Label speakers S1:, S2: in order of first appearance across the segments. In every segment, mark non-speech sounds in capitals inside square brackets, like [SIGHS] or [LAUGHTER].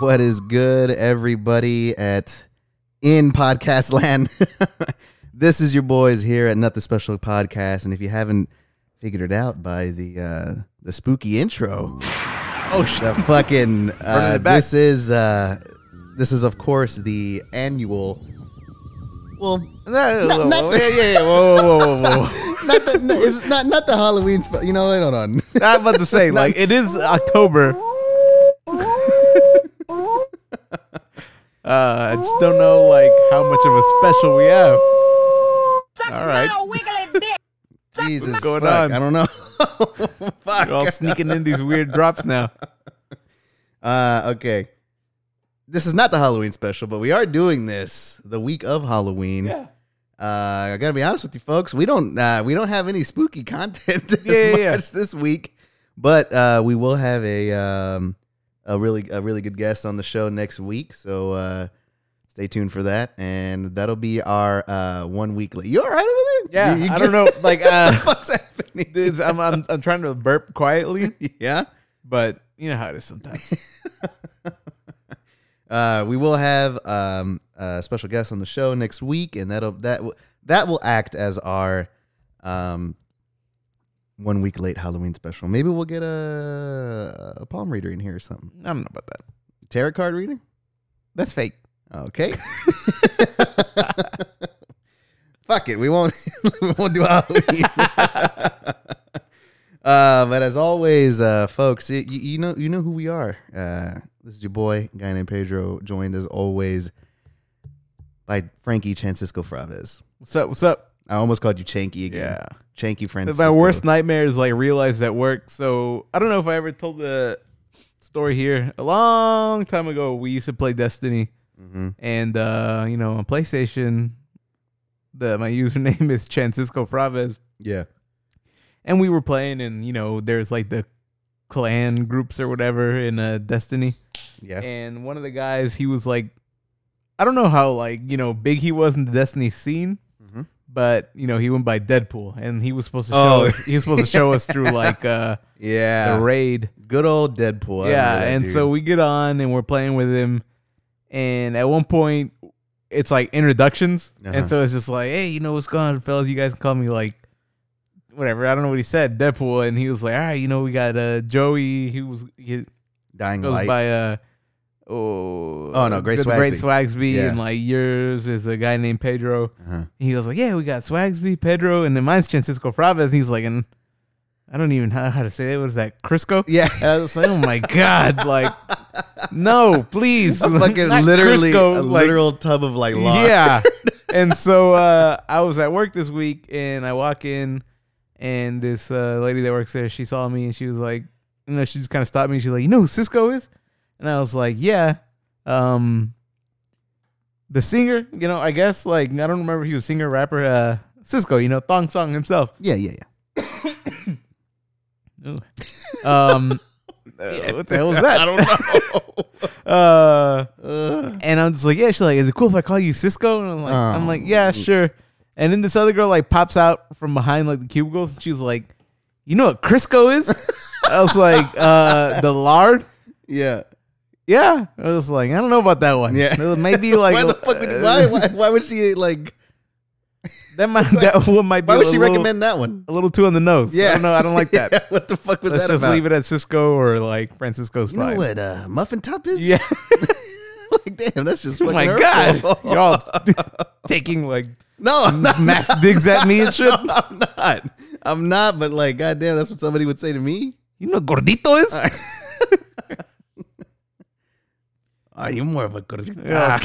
S1: What is good, everybody at in podcast land? [LAUGHS] this is your boys here at Nothing Special Podcast, and if you haven't figured it out by the uh, the spooky intro,
S2: Oh shit! [LAUGHS]
S1: the fucking uh,
S2: it back.
S1: this is uh, this is of course the annual. Well,
S2: No,
S1: Not-
S2: whoa,
S1: not
S2: whoa,
S1: the-
S2: yeah, yeah, yeah, whoa, whoa, whoa, whoa, [LAUGHS] whoa.
S1: not the no, it's not not the Halloween, spe- you know. Hold on. [LAUGHS]
S2: I'm about to say, like, it is October. uh, I just don't know, like, how much of a special we have. All right,
S1: Jesus,
S2: What's going
S1: fuck,
S2: on?
S1: I don't know. [LAUGHS] fuck.
S2: you're all sneaking in these weird drops now.
S1: Uh, okay. This is not the Halloween special, but we are doing this the week of Halloween. Uh, I gotta be honest with you, folks. We don't uh, we don't have any spooky [LAUGHS] content this
S2: Yeah, yeah, yeah.
S1: much this week, but uh, we will have a um, a really a really good guest on the show next week. So uh, stay tuned for that, and that'll be our uh, one week. la- You all right over there?
S2: Yeah,
S1: You- you
S2: I
S1: good?
S2: don't know, like, [LAUGHS]
S1: what [LAUGHS] the
S2: uh,
S1: fuck's happening.
S2: it's- I'm, I'm, I'm trying to burp quietly,
S1: Yeah.
S2: but you know how it is sometimes.
S1: Uh, we will have um, a special guest on the show next week, and that'll that will that will act as our um, one week late Halloween special. Maybe we'll get a, a palm reader in here or something.
S2: I don't know about that.
S1: Tarot card reading.
S2: That's fake. [LAUGHS]
S1: Okay. Fuck it. We won't [LAUGHS] we won't do Halloween. [LAUGHS] uh, but as always, uh, folks, it, you, you know you know who we are. Uh, this is your boy, guy named Pedro, joined as always by Frankie Chancisco Fraves.
S2: What's up? What's up?
S1: I almost called you Chanky again.
S2: Yeah.
S1: Chanky Francisco.
S2: My worst nightmare is like realized at work. So I don't know if I ever told the story here. A long time ago, we used to play Destiny,
S1: Mhm.
S2: and uh, you know on PlayStation, the my [LAUGHS] username is Francisco Fraves,
S1: Yeah.
S2: and we were playing, and you know there's like the clan groups or whatever in uh, Destiny,
S1: Yeah.
S2: [LAUGHS] and one of the guys he was like, I don't know how like you know big he was in the Destiny scene,
S1: Mhm.
S2: but you know he went by Deadpool, and he was supposed to show
S1: Oh.
S2: us, he was supposed to show
S1: [LAUGHS]
S2: us through like uh, the
S1: yeah.
S2: raid,
S1: Good old Deadpool. I
S2: yeah.
S1: remember that
S2: And
S1: dude.
S2: so we get on and we're playing with him, and at one point it's like introductions,
S1: Uh-huh.
S2: and so it's just like, hey, you know what's going on, fellas? You guys can call me like. Whatever, I don't know what he said, Deadpool, and he was like, "All right, you know, we got uh, Joey. He was he,
S1: Dying
S2: goes
S1: Light.
S2: by uh oh
S1: Oh, no, Great
S2: the Great
S1: Swagsby.
S2: Swagsby
S1: Yeah.
S2: and like yours is a guy named Pedro.
S1: Uh-huh.
S2: He was like, yeah, we got Swagsby, Pedro, and then mine's Francisco Fraves. And he's like, and I don't even know how to say it. What is that, Crisco? [LAUGHS]
S1: Yeah.
S2: And I was like, oh my god, like no, please,
S1: A fucking
S2: Not
S1: literally
S2: Crisco,
S1: a
S2: like,
S1: literal tub of like lard.
S2: [LAUGHS] yeah. and so uh, I was at work this week, and I walk in, and this uh, lady that works there, she saw me, and she was like, you know, she just kind of stopped me. and She's like, you know who Cisco is? And I was like, yeah, um, the singer. You know, I guess like I don't remember if he was a singer, rapper, uh, Cisco. You know, Thong Song himself.
S1: Yeah, yeah, yeah.
S2: [LAUGHS] Um, uh, what the
S1: [LAUGHS]
S2: hell was that? I don't know. [LAUGHS] uh. And I'm just like, yeah. She's like, is it cool if I call you Cisco? And I'm like, I'm like,
S1: Oh.
S2: yeah, sure. And then this other girl like pops out from behind like the cubicles, and she's like, you know what Crisco
S1: [LAUGHS]
S2: is? I was like, uh, the lard.
S1: yeah.
S2: Yeah, I was like, I don't know about that one.
S1: Yeah. [LAUGHS]
S2: maybe like
S1: why the fuck would
S2: uh,
S1: you, why, why why would she
S2: [LAUGHS]
S1: like
S2: that might that one might be
S1: why would
S2: a
S1: she
S2: little,
S1: recommend that one?
S2: a little too on the nose? [LAUGHS] I don't know. I
S1: [LAUGHS]
S2: don't like that.
S1: Yeah, what the fuck was
S2: Let's
S1: that
S2: just
S1: about?
S2: leave it at Cisco or like Francisco's
S1: you know
S2: vibe.
S1: what uh, muffin top is?
S2: [LAUGHS] Yeah.
S1: [LAUGHS] like damn, that's just
S2: [LAUGHS] Oh
S1: fucking [LAUGHS]
S2: my god,
S1: hurtful.
S2: you're all [LAUGHS]
S1: [LAUGHS]
S2: taking like
S1: no, I'm not, [LAUGHS]
S2: [LAUGHS] mass digs at me and shit.
S1: I'm not. I'm not, but like goddamn, that's what somebody would say to me.
S2: You know what gordito
S1: Uh,
S2: is?
S1: Are you more of a good
S2: Yeah.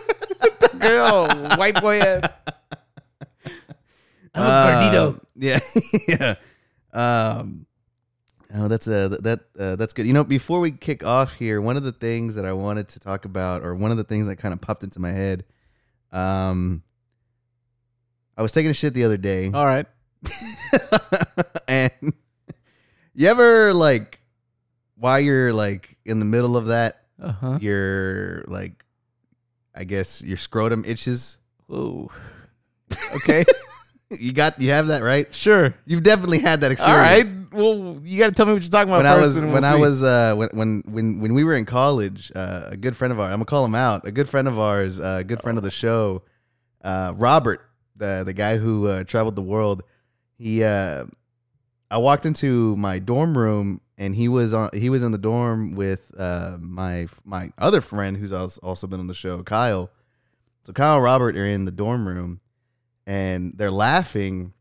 S2: [LAUGHS] Girl, white boy ass.
S1: [LAUGHS] I love Gardito. Yeah. yeah. Um Oh, that's uh, th- that uh, that's good. You know, before we kick off here, one of the things that I wanted to talk about, or one of the things that kind of popped into my head, um, I was taking a shit the other day,
S2: Uh, All right.
S1: [LAUGHS] and you ever like, while you're like in the middle of that,
S2: Uh huh.
S1: your like, I guess your scrotum itches. [LAUGHS]
S2: Whoa.
S1: Okay, you got you have that right.
S2: Sure.
S1: You've definitely had that experience.
S2: All right. Well, you got to tell me what you're talking about
S1: when
S2: first.
S1: I was
S2: and
S1: when
S2: we'll
S1: I
S2: see.
S1: was uh, when when when when we were in college, uh, a good friend of ours. I'm gonna call him out. A good friend of ours, uh, a good friend of the show, uh, Robert, the the guy who uh, traveled the world. He, uh, I walked into my dorm room and he was on. He was in the dorm with uh, my my other friend who's als- also been on the show, Kyle. So Kyle and Robert are in the dorm room, and they're laughing,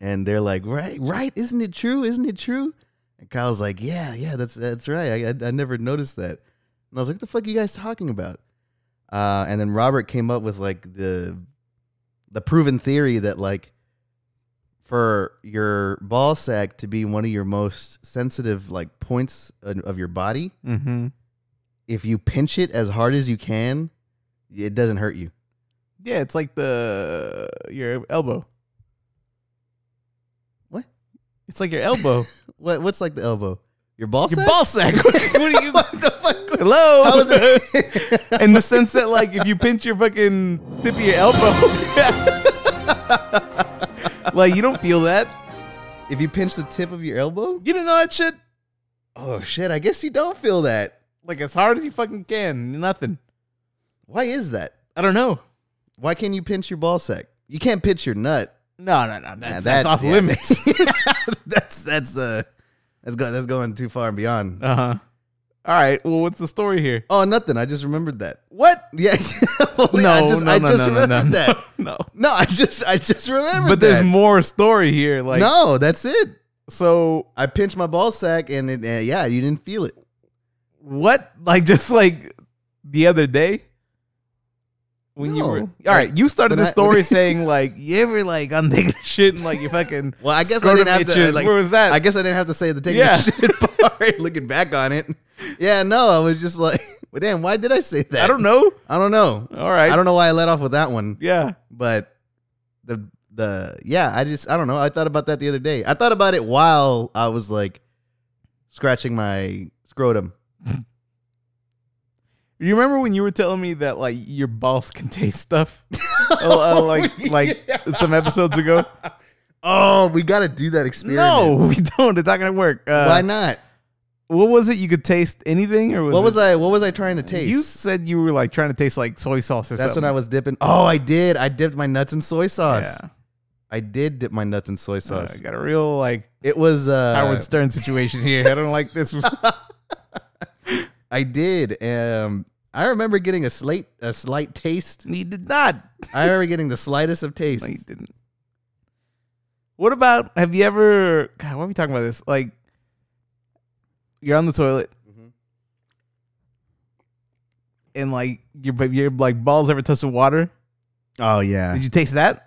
S1: and they're like, "Right, right, isn't it true? Isn't it true?" And Kyle's like, "Yeah, yeah, that's that's right. I, I I never noticed that." And I was like, "What the fuck are you guys talking about?" Uh, and then Robert came up with like the the proven theory that like for your ball sack to be one of your most sensitive like points of of your body,
S2: Mm-hmm.
S1: if you pinch it as hard as you can, it doesn't hurt you.
S2: Yeah, it's like the your elbow.
S1: What?
S2: It's like your [LAUGHS] elbow.
S1: What what's like the elbow? Your ball
S2: your
S1: sack?
S2: ball sack. [LAUGHS] what are
S1: [LAUGHS]
S2: you?
S1: what the
S2: [LAUGHS]
S1: fuck? How
S2: Hello.
S1: was it?
S2: [LAUGHS] In the sense that, like, if you pinch your fucking tip of your elbow, [LAUGHS] like you don't feel that.
S1: [LAUGHS] if you pinch the tip of your elbow?
S2: You don't know that shit.
S1: Oh shit, I guess you don't feel that.
S2: Like as hard as you fucking can, nothing.
S1: Why is that?
S2: I don't know.
S1: Why can't you pinch your ball sack? You can't pinch your nut.
S2: No, no, no. That's,
S1: Nah,
S2: that's
S1: that-
S2: off
S1: yeah,
S2: limits.
S1: that's- [LAUGHS] that's that's uh that's going that's going too far and beyond.
S2: Uh huh. All right. Well, what's the story here?
S1: Oh, nothing. I just remembered that.
S2: What?
S1: Yeah. [LAUGHS] Holy-
S2: No,
S1: I just,
S2: no,
S1: I
S2: no,
S1: just
S2: no, no,
S1: remembered
S2: no, no,
S1: that.
S2: no.
S1: [LAUGHS] No, I just I just remembered
S2: But there's
S1: that.
S2: more story here. Like,
S1: no, that's it.
S2: so
S1: I pinched my ball sack and it, uh, yeah, you didn't feel it.
S2: what? Like, [LAUGHS] just like the other day when you
S1: No.
S2: were all right. You started
S1: when
S2: the
S1: I- [LAUGHS]
S2: story saying like you ever like I'm taking a [LAUGHS] shit and like you fucking.
S1: Well, [LAUGHS] I guess I
S2: scrotum
S1: didn't have to
S2: itches.
S1: like
S2: Where was [LAUGHS] that?
S1: I guess I didn't have to say the taking
S2: Yeah.
S1: the shit [LAUGHS] part. Looking back on it, yeah, no, I was just like, [LAUGHS] well, damn, why did I say that?
S2: I don't know.
S1: I don't know.
S2: All right.
S1: I don't know why I let off with that one,
S2: Yeah.
S1: but the the yeah, I just I don't know. I thought about that the other day. I thought about it while I was like scratching my scrotum.
S2: You remember when you were telling me that like your balls can
S1: [LAUGHS]
S2: taste stuff? Oh, uh, like like some episodes ago.
S1: Oh, we got to do that experiment.
S2: No, we don't. It's not gonna work. Uh,
S1: why not?
S2: What was it? You could taste anything, or was
S1: What was
S2: it,
S1: I? What was I trying to taste?
S2: You said you were like trying to taste like soy sauce or
S1: That's
S2: something.
S1: when I was dipping. Oh, I did. I dipped my nuts in soy sauce.
S2: Yeah.
S1: I did dip my nuts in soy
S2: Uh,
S1: sauce.
S2: got a real like
S1: it was uh,
S2: Howard Stern situation here. I don't
S1: [LAUGHS]
S2: like this.
S1: I did. Um, I remember getting a slight, a slight taste.
S2: he did not.
S1: I remember getting the slightest of
S2: No,
S1: taste.
S2: he didn't. What about? Have you ever? God, why are we talking about this? Like, you're on the toilet
S1: Mhm.
S2: and like your but your like balls ever touch the water?
S1: Oh yeah.
S2: Did you taste that?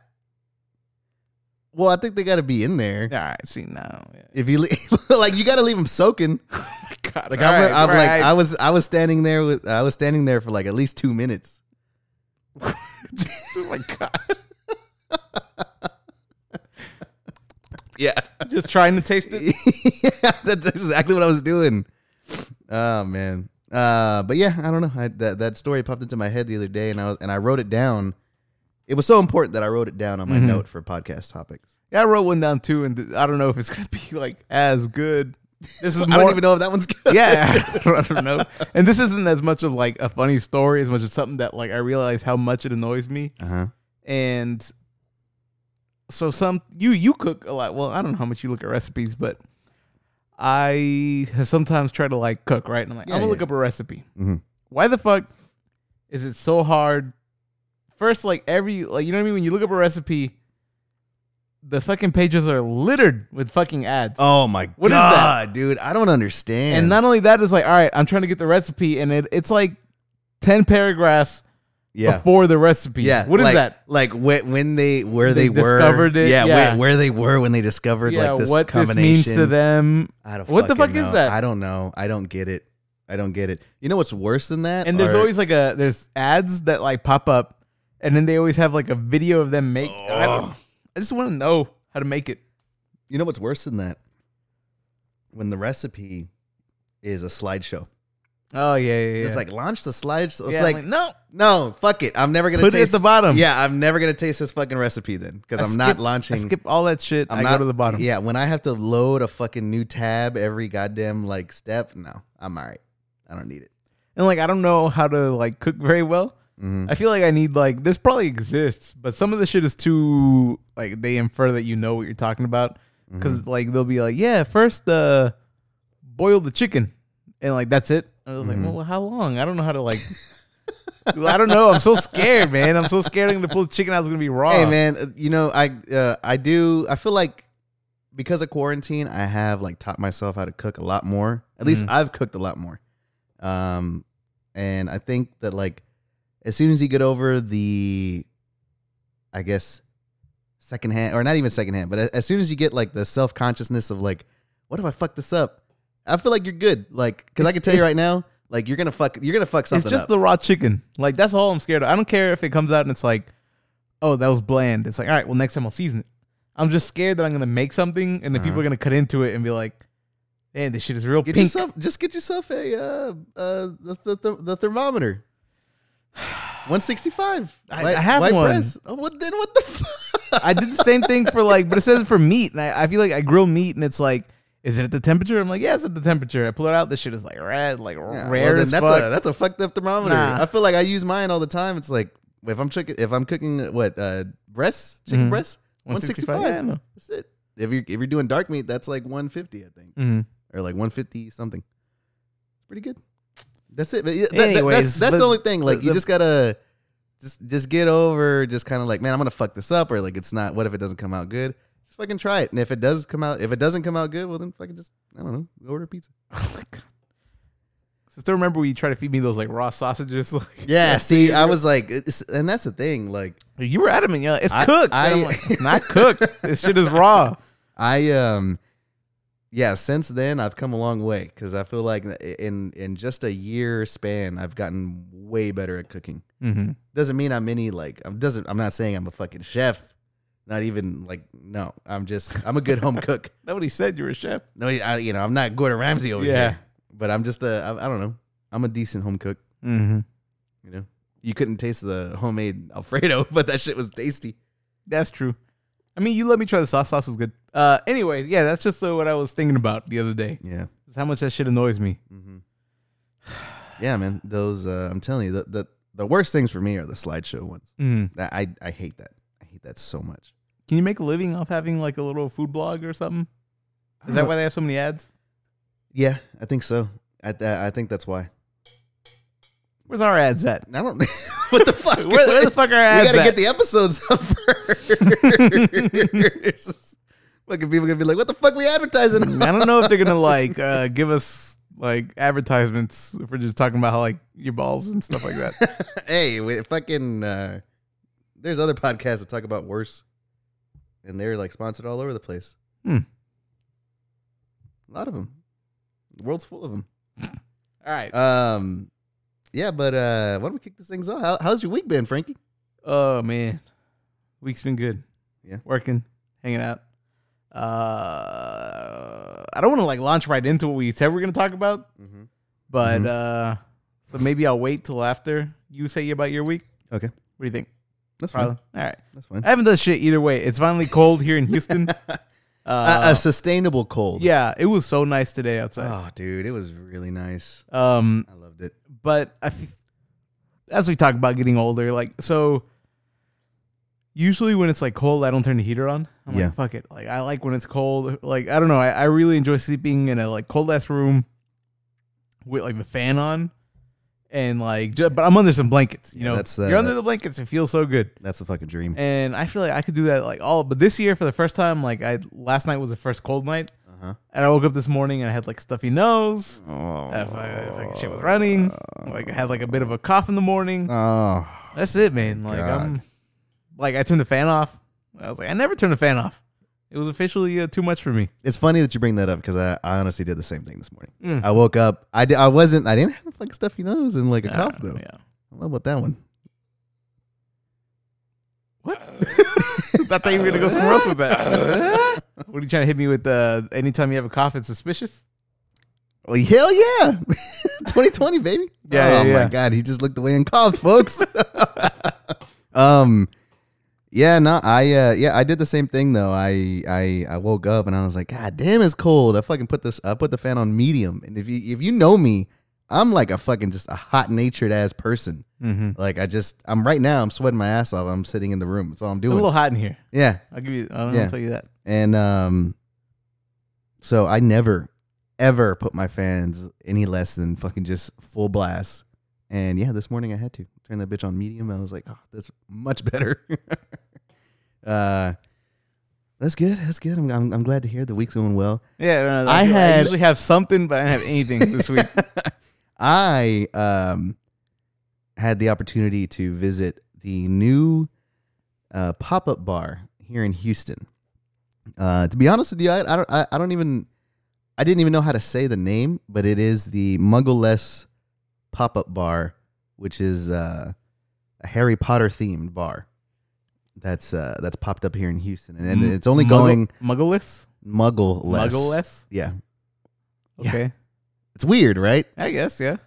S1: Well, I think they got to be in there.
S2: All right. See now.
S1: If you le- [LAUGHS] like, you got to leave them soaking.
S2: God,
S1: Like
S2: all
S1: I'm,
S2: right,
S1: I'm
S2: all
S1: like
S2: right.
S1: I was I was standing there with I was standing there for like at least two minutes.
S2: oh my god.
S1: Yeah.
S2: [LAUGHS] Just trying to taste it.
S1: [LAUGHS] yeah, that's exactly what I was doing. Oh man. Uh, but yeah, I don't know. I, that that story popped into my head the other day, and I was, and I wrote it down. It was so important that I wrote it down on my
S2: Mhm.
S1: note for podcast topics.
S2: Yeah, I wrote one down too, and th- I don't know if it's gonna be like as good. This is
S1: I
S2: more.
S1: don't even know if that one's good.
S2: [LAUGHS] yeah, I don't, [LAUGHS] I don't know. And this isn't as much of like a funny story as much as something that like I realize how much it annoys me.
S1: Uh huh.
S2: And so some you you cook a lot. Well, I don't know how much you look at recipes, but I sometimes try to like cook right, and I'm like
S1: Yeah,
S2: I'm gonna
S1: yeah.
S2: look up a recipe.
S1: Mhm.
S2: Why the fuck is it so hard? First, like every like you know what I mean when you look up a recipe. The fucking pages are littered with fucking ads.
S1: Oh my
S2: What is that?
S1: god, dude! I don't understand.
S2: And not only that, it's like, all right, I'm trying to get the recipe, and it, it's like 10 paragraphs
S1: Yeah.
S2: before the recipe.
S1: yeah.
S2: What is
S1: like-
S2: that?
S1: Like when, when they where
S2: They
S1: they, were
S2: discovered it,
S1: Yeah,
S2: yeah.
S1: Where, where they were when they discovered
S2: Yeah,
S1: like this
S2: what this
S1: combination.
S2: means to them.
S1: I don't
S2: What the
S1: fucking
S2: fuck is
S1: know.
S2: that?
S1: I don't know. I don't get it. I don't get it. You know what's worse than that?
S2: And there's
S1: Are-
S2: always like a there's ads that like pop up, and then they always have like a video of them make. I, don't, I just want to know how to make it.
S1: You know what's worse than that? When the recipe is a slideshow.
S2: Oh yeah, yeah, yeah.
S1: It's like launch the slideshow. It's
S2: Yeah, I'm
S1: like,
S2: like, no.
S1: no, fuck it. I'm never gonna
S2: Put it at
S1: taste
S2: the bottom.
S1: Yeah, I'm never gonna taste this fucking recipe then because
S2: I
S1: I'm not
S2: skip-
S1: launching.
S2: I skip all that shit. i
S1: I'm not-
S2: go to the bottom.
S1: Yeah, when I have to load a fucking new tab every goddamn like step, no, I'm all right. I don't need it.
S2: and like I don't know how to like cook very well.
S1: Mm-hmm.
S2: I feel like I need like this probably exists, but some of the shit is too like they infer that you know what you're talking about
S1: Mm-hmm.
S2: because like they'll be like, yeah, first uh, boil the chicken, and like that's it. I was
S1: Mm-hmm.
S2: like, well, how long? I don't know how to like. [LAUGHS] I don't know. I'm so scared, man. I'm so scared I'm gonna pull chicken out. It's gonna be raw.
S1: Hey man, uh, you know I uh, I do I feel like because of quarantine I have like taught myself how to cook a lot more. At least
S2: Mm-hmm.
S1: I've cooked a lot more. Um and I think that like as soon as you get over the I guess secondhand or not even secondhand, but a- as soon as you get like the self-consciousness of like what if I fuck this up? I feel like you're good. Like cuz I
S2: It's-
S1: can tell you
S2: it's-
S1: right now like you're going to fuck you're going to fuck something
S2: It's just
S1: up.
S2: the raw chicken. Like that's all I'm scared of. I don't care if it comes out and it's like, oh, that was bland. It's like, all right, well, next time I'll season it. I'm just scared that I'm gonna make something and the people are gonna cut into it and be like, man, this shit is real
S1: Uh-huh. Get
S2: pink.
S1: yourself just get yourself a uh, uh the, the, the, the thermometer. [SIGHS] 165.
S2: I- I have one.
S1: Oh, what then what the fuck?
S2: I did the same thing for like, but it says for meat, and I, I feel like I grill meat and it's like, is it at the temperature? I'm like, yeah, it's at the temperature. I pull it out, this shit is like red, like
S1: Yeah,
S2: rare
S1: well, then
S2: as
S1: that's
S2: fuck.
S1: a that's a fucked up thermometer.
S2: Nah.
S1: I feel like I use mine all the time. It's like if I'm chicken if I'm cooking what uh breasts, chicken breasts,
S2: 165?
S1: 165.
S2: Mm-hmm. Yeah, I know.
S1: That's it. If you if you're doing dark meat, that's like 150, I think.
S2: Mhm.
S1: Or like 150 something. Pretty good. That's it. But yeah, that- that-
S2: Anyways,
S1: that's that's
S2: but
S1: the only thing. Like
S2: the-
S1: you
S2: the-
S1: just gotta just just get over just kind of like, man, I'm gonna fuck this up, or like it's not. What if it doesn't come out good? Just fucking try it. And if it does come out, if it doesn't come out good, well then fucking just I don't know, order pizza.
S2: Oh my God. [LAUGHS] I still remember when you try to feed me those like raw sausages. [LAUGHS] Like,
S1: Yeah. see, I was like, it's, and that's the thing. Like
S2: You were adamant. You're like, it's
S1: I-
S2: cooked.
S1: I-
S2: And I'm like, it's [LAUGHS] not cooked. This shit is raw.
S1: I um yeah, since then I've come a long way cuz I feel like in in just a year span I've gotten way better at cooking.
S2: Mm-hmm.
S1: Doesn't mean I'm any like I'm doesn't I'm not saying I'm a fucking chef. Not even like no, I'm just I'm a good
S2: [LAUGHS]
S1: home cook.
S2: Nobody said you were a chef.
S1: No, I, you know, I'm not Gordon Ramsay over
S2: Yeah.
S1: here. But I'm just a I, I don't know. I'm a decent home cook,
S2: Mm-hmm.
S1: you know. You couldn't taste the homemade alfredo, [LAUGHS] but that shit was tasty.
S2: That's true. I mean, you let me try the sauce. Sauce was good. Uh, anyways, yeah, that's just uh, what I was thinking about the other day.
S1: Yeah.
S2: Is how much that shit annoys me.
S1: Yeah, man. Those uh, I'm telling you, the, the the worst things for me are the slideshow ones.
S2: Mm.
S1: That I I hate that. I hate that so much.
S2: Can you make a living off having like a little food blog or something? Is
S1: I
S2: that
S1: don't
S2: why they have so many ads?
S1: Yeah, I think so. I th- I think that's why.
S2: Where's our ads at?
S1: I don't. [LAUGHS] what the fuck?
S2: Where, where the fuck [LAUGHS] are our
S1: we
S2: ads
S1: gotta get
S2: at?
S1: the episodes up first. [LAUGHS] Fucking people gonna be like, "What the fuck? We advertising?" on?"
S2: I don't know if they're gonna like uh, give us like advertisements if we're just talking about how like your balls and stuff like that.
S1: [LAUGHS] hey, we fucking. Uh, there's other podcasts that talk about worse, and they're like sponsored all over the place.
S2: Hmm.
S1: A lot of them. The world's full of them.
S2: [LAUGHS] All right.
S1: Um, yeah, but uh, why don't we kick this things off? How, how's your week been, Frankie?
S2: Oh man, week's been good.
S1: Yeah.
S2: working, hanging out. Uh, I don't want to like launch right into what we said we are gonna talk about,
S1: Mhm.
S2: but uh, so maybe I'll wait till after you say about your week.
S1: Okay,
S2: What do you think?
S1: that's fine.
S2: Probably. All right.
S1: That's fine.
S2: I haven't done shit either way. It's finally cold [LAUGHS] here in Houston. Uh,
S1: a, a sustainable cold.
S2: yeah, it was so nice today outside.
S1: Oh, dude, it was really nice.
S2: Um,
S1: I loved it.
S2: but I f- as we talk about getting older, like so. Usually when it's like cold, I don't turn the heater on. I'm
S1: Yeah.
S2: like, fuck it. Like I like when it's cold. Like I don't know. I, I really enjoy sleeping in a like cold ass room with like the fan on, and like ju- but I'm under some blankets. You
S1: Yeah,
S2: know,
S1: that's, uh,
S2: you're under the blankets. It feels so good.
S1: That's the fucking dream.
S2: And I feel like I could do that like all. But this year for the first time, like I last night was the first cold night,
S1: Uh-huh.
S2: and I woke up this morning and I had like stuffy nose.
S1: Oh.
S2: Uh, if I- if I- shit was running. Like I had like a bit of a cough in the morning.
S1: Oh.
S2: That's it, man. Like
S1: God.
S2: I'm, like I turned the fan off. I was like, I never turned the fan off. It was officially uh, too much for me.
S1: It's funny that you bring that up because I, I honestly did the same thing this morning.
S2: Mm.
S1: I woke up. I, di- I wasn't. I didn't have a fucking stuffy nose and like a
S2: Uh,
S1: cough though.
S2: Yeah.
S1: I love about that one.
S2: What? [LAUGHS] I thought you were gonna go somewhere else with that. what are you trying to hit me with? Uh, anytime you have a cough, it's suspicious.
S1: Well, hell yeah, [LAUGHS] 2020 baby.
S2: Yeah,
S1: Oh
S2: yeah, yeah.
S1: my god, he just looked away and coughed, folks. [LAUGHS] um, yeah, no, I uh, yeah, I did the same thing though. I I I woke up and I was like, God damn, it's cold. I fucking put this. I put the fan on medium, and if you if you know me, I'm like a fucking just a hot natured ass person.
S2: Mm-hmm.
S1: Like I just I'm right now. I'm sweating my ass off. I'm sitting in the room. That's all I'm
S2: A
S1: doing.
S2: little hot in here.
S1: Yeah,
S2: I'll give you. I'll
S1: Yeah.
S2: tell you that.
S1: and um, so I never, ever put my fans any less than fucking just full blast. And yeah, this morning I had to turn that bitch on medium. I was like, oh, that's much better. [LAUGHS] uh, that's good. That's good. I'm, I'm, I'm glad to hear the week's going well.
S2: Yeah, no, no,
S1: I
S2: I,
S1: had-
S2: I usually have something, but I didn't have anything this week.
S1: I um had the opportunity to visit the new uh, pop up bar here in Houston. Uh, to be honest with you, I, I don't I, I don't even I didn't even know how to say the name, but it is the Muggle-less pop up bar, which is uh, a Harry Potter themed bar. That's uh, that's popped up here in Houstle, [LAUGHS] and, and it's only going
S2: muggle-less.
S1: Muggle less.
S2: Muggle-less.
S1: Yeah, Yeah.
S2: Okay,
S1: it's weird, right?
S2: I guess. Yeah.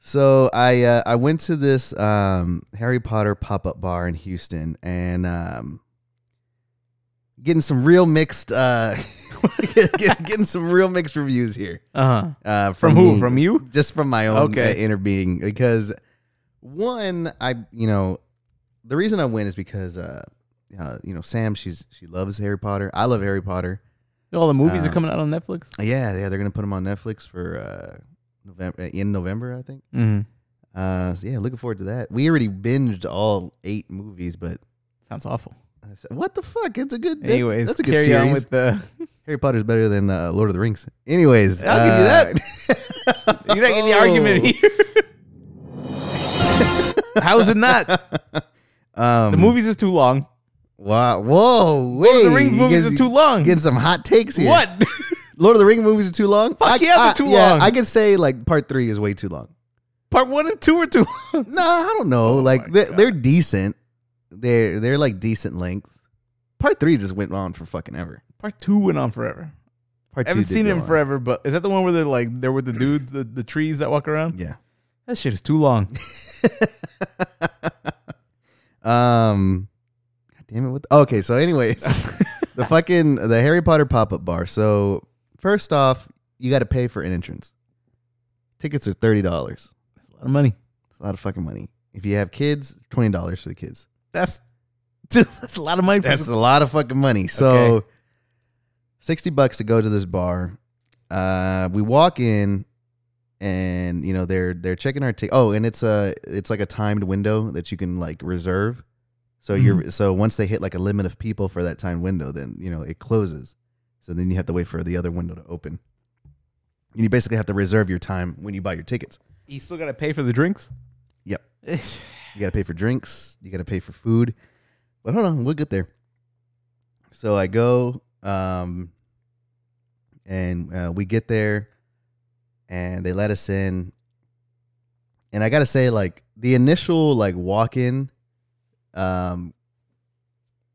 S1: So I uh, I went to this um, Harry Potter pop up bar in Houston and um, getting some real mixed uh, [LAUGHS] get- get- getting some real mixed reviews here
S2: Uh huh.
S1: uh,
S2: From who?
S1: me.
S2: From you?
S1: just from my own
S2: Okay.
S1: uh, inner being because one I you know the reason I went is because uh, uh, you know Sam she's she loves Harry Potter I love Harry Potter
S2: All the movies
S1: Um,
S2: are coming out on Netflix.
S1: yeah yeah they're gonna put them on Netflix for uh, November in November I think.
S2: Mm-hmm.
S1: Uh, so yeah, looking forward to that. We already binged all eight movies, but
S2: Sounds awful.
S1: I said, what the fuck? It's a good. that's-
S2: Anyways,
S1: that's, a good
S2: carry
S1: series.
S2: on
S1: [LAUGHS]
S2: with the.
S1: Harry Potter's better than uh, Lord of the Rings. Anyways,
S2: I'll give you
S1: that.
S2: You're not getting the argument here.
S1: Oh.
S2: [LAUGHS] How is it not?
S1: [LAUGHS] Um,
S2: The movies are too long.
S1: Wow. Whoa. Wait.
S2: Lord of the Rings
S1: you
S2: movies
S1: getting-
S2: are too long.
S1: Getting some hot takes here.
S2: What? [LAUGHS]
S1: Lord of the Rings movies are too long.
S2: Fuck
S1: I,
S2: yeah, they're
S1: I-
S2: too
S1: yeah,
S2: long.
S1: I could say like part three is way too long.
S2: Part one and two are too long.
S1: No, I don't know.
S2: Oh
S1: like
S2: my
S1: they're,
S2: God.
S1: they're decent. They're they're like decent length. Part three just went on for fucking ever.
S2: Part two went on forever.
S1: Part
S2: I haven't
S1: two did
S2: seen
S1: go
S2: it in
S1: on.
S2: forever, but is that the one where they're like they're with the dudes, the, the trees that walk around?
S1: Yeah.
S2: That shit is too [LAUGHS] long.
S1: um God damn it what the- okay so anyways the fucking the harry potter pop-up bar so first off you got to pay for an entrance tickets are $30 it's
S2: a lot of money.
S1: a lot of fucking money if you have kids $20 for the kids
S2: That's dude, [LAUGHS] that's a lot of money. For
S1: that's a lot of fucking money so 60 bucks to go to this bar uh we walk in and you know they're they're checking our ticket oh and it's a it's like a timed window that you can like reserve so you're so once they hit like a limit of people for that timed window then you know it closes so then you have to wait for the other window to open and you basically have to reserve your time when you buy your tickets
S2: you still gotta pay for the drinks.
S1: Yep.
S2: yeah,
S1: you got to pay for drinks. You got to pay for food. But hold on, we'll get there. So I go, um, and uh, we get there, and they let us in. And I gotta say, like the initial like walk in, um,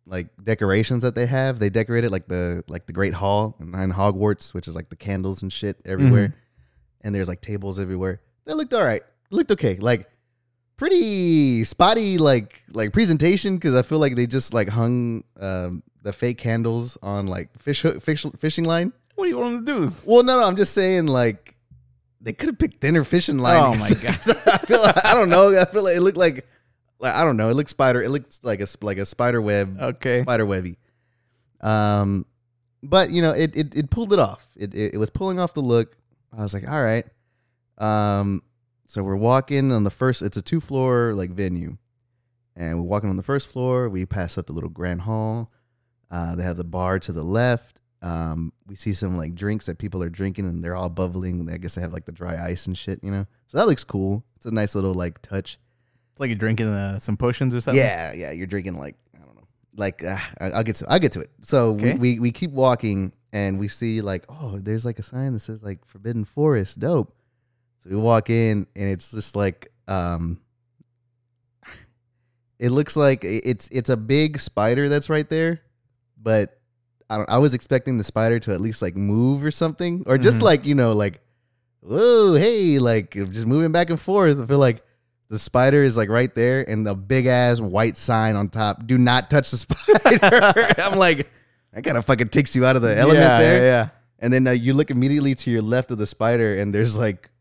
S1: like decorations that they have, they decorated like the like the Great Hall and in Hogwarts, which is like the candles and shit everywhere, and there's like tables everywhere. That looked all right. Looked okay. Like pretty spotty like like presentation because I feel like they just like hung um, the fake candles on like fish hook, fish fishing line.
S2: [LAUGHS] What do you want them to do?
S1: Well, no, no, I'm just saying like they could have picked thinner fishing line.
S2: Oh my
S1: god! [LAUGHS] I feel like, I don't know. I feel like it looked like, like I don't know. It looked spider. It looks like a sp- like a spider web,
S2: Okay.
S1: spider webby. Um, but you know, it it, it pulled it off. It, it it was pulling off the look. I was like, all right. Um, so we're walking on the first. It's a two floor like venue, and we're walking on the first floor. We pass up the little grand hall. Uh, they have the bar to the left. Um, we see some like drinks that people are drinking, and they're all bubbling. I guess they have like the dry ice and shit, you know. So that looks cool. It's a nice little like touch.
S2: It's like you're drinking uh, some potions or something.
S1: Yeah, yeah. You're drinking like I don't know. Like uh, I- I'll get to I'll get to it. So
S2: Okay.
S1: we, we we keep walking and we see like oh there's like a sign that says like Forbidden Forest. Dope. So we walk in and it's just like um. [LAUGHS] It looks like i- it's it's a big spider that's right there, but I don't. I was expecting the spider to at least like move or something, or just
S2: Mhm.
S1: like you know like, whoa hey like just moving back and forth. I feel like the spider is like right there, and the big ass white sign on top. Do not touch the [LAUGHS] spider. I'm like, that kind of fucking takes you out of the element
S2: yeah,
S1: there.
S2: Yeah, yeah.
S1: And then uh, you look immediately to your left of the spider, and there's like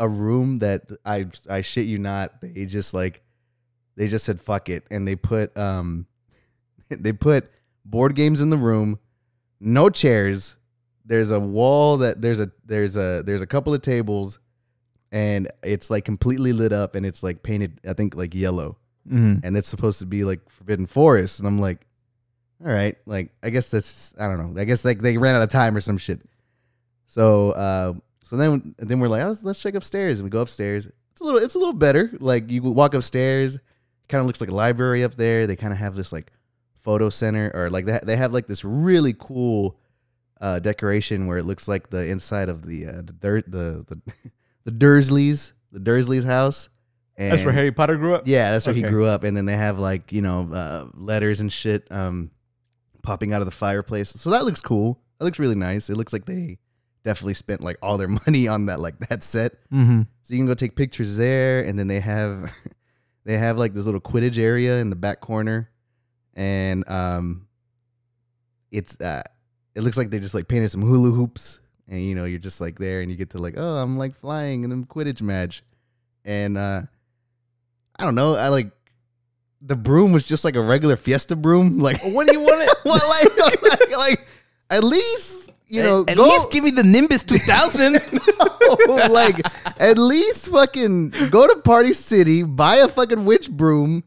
S1: a room that I I shit you not. They just like they just said fuck it, and they put um [LAUGHS] they put board games in the room, no chairs. There's a wall that there's a there's a there's a couple of tables, and it's like completely lit up, and it's like painted I think like yellow,
S2: Mm-hmm.
S1: and it's supposed to be like Forbidden Forest, and I'm like. All right, like I guess that's I don't know. I guess like they ran out of time or some shit. So uh, so then then we're like, "Oh, let's, let's check upstairs. We go upstairs. It's a little it's a little better. Like you walk upstairs, kind of looks like a library up there. They kind of have this like photo center or like they they have like this really cool uh, decoration where it looks like the inside of the uh, the Dur- the the, [LAUGHS] the Dursleys the Dursleys house. And
S2: That's where Harry Potter grew up.
S1: yeah, that's where he
S2: Okay.
S1: grew up, and then they have like you know uh, letters and shit um, popping out of the fireplace. So that looks cool. It looks really nice. It looks like they definitely spent like all their [LAUGHS] money on that like that set.
S2: Mm-hmm.
S1: So you can go take pictures there, and then they have [LAUGHS] they have like this little Quidditch area in the back corner, and um, it's uh, it looks like they just like painted some hula hoops, and you know you're just like there, and you get to like oh I'm like flying in a Quidditch match, and uh, I don't know I like the broom was just like a regular Fiesta broom, [LAUGHS] like
S2: What do you want? It?
S1: what like, [LAUGHS] like like at least you know
S2: at, at
S1: go-
S2: least give me the
S1: [LAUGHS]
S2: Nimbus 2000.
S1: like at least fucking go to Party City, buy a fucking witch broom.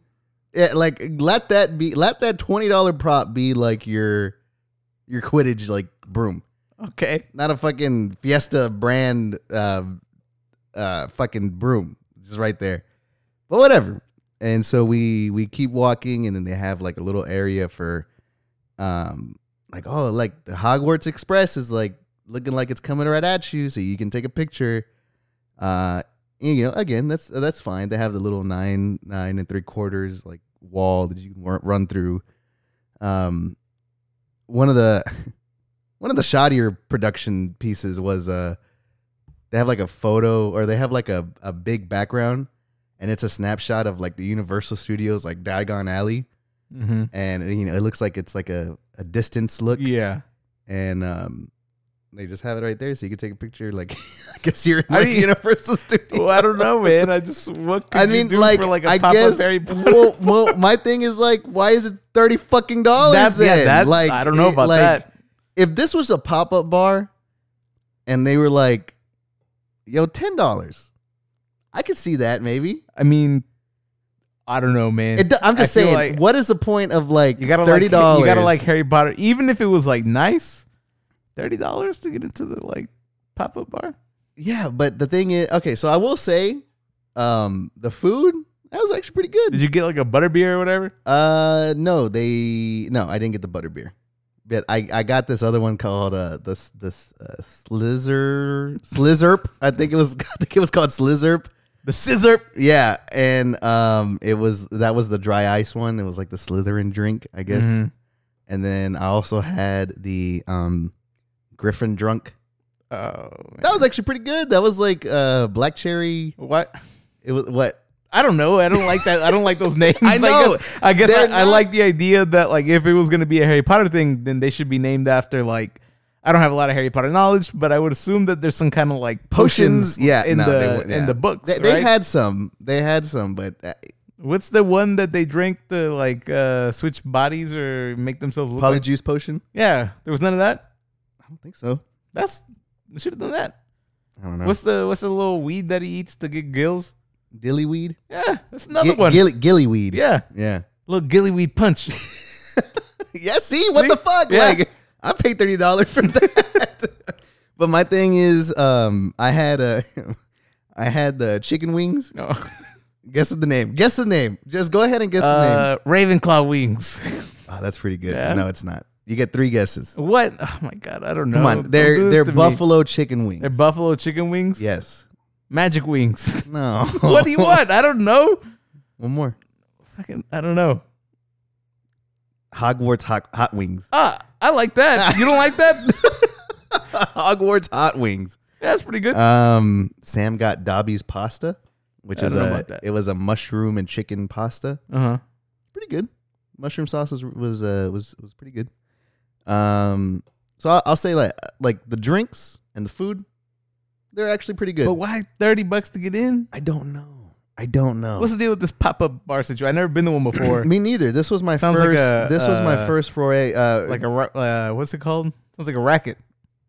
S1: Yeah, like let that be let that twenty dollar prop be like your your Quidditch like broom.
S2: okay.
S1: Not a fucking Fiesta brand uh uh fucking broom. Just right there. But whatever. And so we we keep walking and then they have like a little area for um like oh like the Hogwarts Express is like looking like it's coming right at you so you can take a picture. Uh and, you know, again, that's that's fine. They have the little nine nine and three quarters like wall that you can wa- run through. Um one of the [LAUGHS] one of the shoddier production pieces was uh they have like a photo or they have like a, a big background and it's a snapshot of like the Universal Studios like Diagon Alley
S2: Mm-hmm.
S1: and you know it looks like it's like a, a distance look
S2: Yeah.
S1: and um they just have it right there so you can take a picture like [LAUGHS] I guess you're in
S2: I
S1: like
S2: mean- [LAUGHS]
S1: Universal Studios.
S2: Well, I
S1: [LAUGHS]
S2: don't know, man. I just what could
S1: I mean
S2: you do
S1: like,
S2: for like a
S1: I
S2: pop-up
S1: guess
S2: Harry Potter?
S1: well, well, my thing is like why is it 30 fucking dollars
S2: That's yeah,
S1: then?
S2: [LAUGHS] that
S1: like
S2: I don't know
S1: it-
S2: about
S1: like,
S2: that.
S1: if this was a pop up bar and they were like, yo, $10, I could see that maybe.
S2: I mean, I don't know, man.
S1: It, do- I'm just
S2: I feel
S1: saying,
S2: like-
S1: what is the point of like
S2: you gotta
S1: $30?
S2: like you gotta like Harry Potter, even if it was like nice, thirty dollars to get into the like pop up bar.
S1: yeah, but the thing is, okay, so I will say, um, the food, that was actually pretty good.
S2: Did you get like a butter beer or whatever?
S1: Uh, no, they no, I didn't get the butter beer, but I I got this other one called uh this this uh, Slizzer Slizzerp. I think it was [LAUGHS] I think it was called Slizzerp.
S2: The scissor.
S1: Yeah, and um, it was that was the dry ice one. It was like the Slytherin drink, I guess.
S2: Mhm.
S1: And then I also had the um, Griffin drunk.
S2: Oh,
S1: That was actually pretty good. That was like uh, black cherry.
S2: what?
S1: It was what?
S2: I don't know. I don't like that. I don't like
S1: [LAUGHS]
S2: those names.
S1: I know.
S2: guess, I, guess I,
S1: They're
S2: I
S1: not-
S2: like the idea that like if it was gonna be a Harry Potter thing, then they should be named after like. I don't have a lot of Harry Potter knowledge, but I would assume that there's some kind of like potions,
S1: Yeah,
S2: in
S1: no, they
S2: the
S1: wouldn't- yeah.
S2: in the books.
S1: They, they
S2: right?
S1: had some. They had some, but uh,
S2: What's the one that they drank to like uh, switch bodies or make themselves look like?
S1: polyjuice potion.
S2: Yeah, there was none of that.
S1: I don't think so.
S2: That's we should have done that.
S1: I don't know.
S2: What's the what's the little weed that he eats to get gills?
S1: Dillyweed?
S2: Yeah, that's another
S1: Gi-
S2: one.
S1: Gilly, gillyweed.
S2: yeah,
S1: Yeah.
S2: little gillyweed punch.
S1: [LAUGHS] yeah, see, what
S2: See?
S1: the fuck?
S2: Yeah.
S1: Like, I paid thirty dollars for that. [LAUGHS] but my [LAUGHS]
S2: Oh.
S1: thing is, um, I had a, I had the chicken wings.
S2: no,
S1: Guess the name. Guess the name. Just go ahead and guess the name.
S2: Uh, Ravenclaw wings.
S1: Oh, that's pretty good.
S2: yeah.
S1: No, it's not. You get three guesses.
S2: [LAUGHS] what? Oh my god, I don't know.
S1: Come on.
S2: Don't do
S1: They're
S2: this
S1: they're
S2: to me.
S1: buffalo chicken wings.
S2: They're buffalo chicken wings.
S1: yes. [LAUGHS]
S2: Magic wings.
S1: No.
S2: [LAUGHS] what do you want? I don't know.
S1: [LAUGHS] One more.
S2: Fucking, I don't know.
S1: Hogwarts hot, hot
S2: [LAUGHS]
S1: wings.
S2: Ah, I
S1: [LAUGHS]
S2: like that. You don't like that? [LAUGHS]
S1: Hogwarts hot wings.
S2: That's pretty good.
S1: Um, Sam got Dobby's pasta, which
S2: I
S1: is
S2: don't know
S1: a
S2: about that.
S1: it was a mushroom and chicken pasta.
S2: Uh huh.
S1: Pretty good. Mushroom sauce was was uh, was was pretty good. Um, so I'll, I'll say like like the drinks and the food, they're actually pretty good.
S2: But why thirty bucks to get in?
S1: I don't know. I don't know.
S2: What's the deal with this pop up bar situation? I've never been to one before.
S1: [CLEARS THROAT] Me neither. This was my
S2: Sounds like
S1: first.
S2: a,
S1: this was my
S2: uh,
S1: first foray. Uh,
S2: like a ra- uh, what's it called? Sounds like a racket.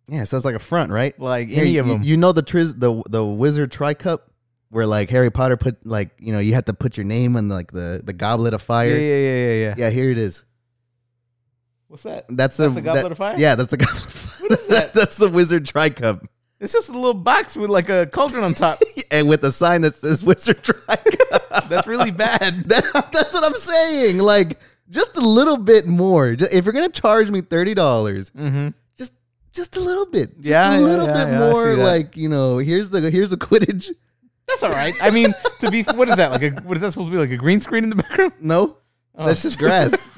S1: yeah, sounds like a front, right?
S2: Like
S1: Here,
S2: any
S1: you,
S2: of them.
S1: You know the triz, the the wizard tri cup, where like Harry Potter put like you know you had to put your name on like the the goblet of fire.
S2: yeah, yeah, yeah, yeah, yeah.
S1: Yeah, here it is.
S2: What's that?
S1: That's,
S2: That's the Goblet of Fire?
S1: Yeah, that's the goblet. of Fire. [LAUGHS]
S2: What is that?
S1: that's the wizard tri cup,
S2: It's just a little box with like a cauldron
S1: [LAUGHS]
S2: on top.
S1: and with a sign that says wizard tri
S2: [LAUGHS]
S1: cup.
S2: That's really
S1: [LAUGHS]
S2: bad.
S1: that, that's what I'm saying. Like just a little bit more. Ju- If you're gonna charge me thirty dollars,
S2: Mm-hmm.
S1: just just a little bit. Just
S2: Yeah,
S1: a
S2: yeah,
S1: little
S2: yeah,
S1: bit
S2: yeah, I see
S1: more.
S2: that.
S1: Like you know, here's the here's the Quidditch.
S2: That's all right. I mean, to be [LAUGHS] what is that like? A, what is that supposed to be like a green screen in the background?
S1: No,
S2: Oh.
S1: that's just
S2: [LAUGHS]
S1: grass.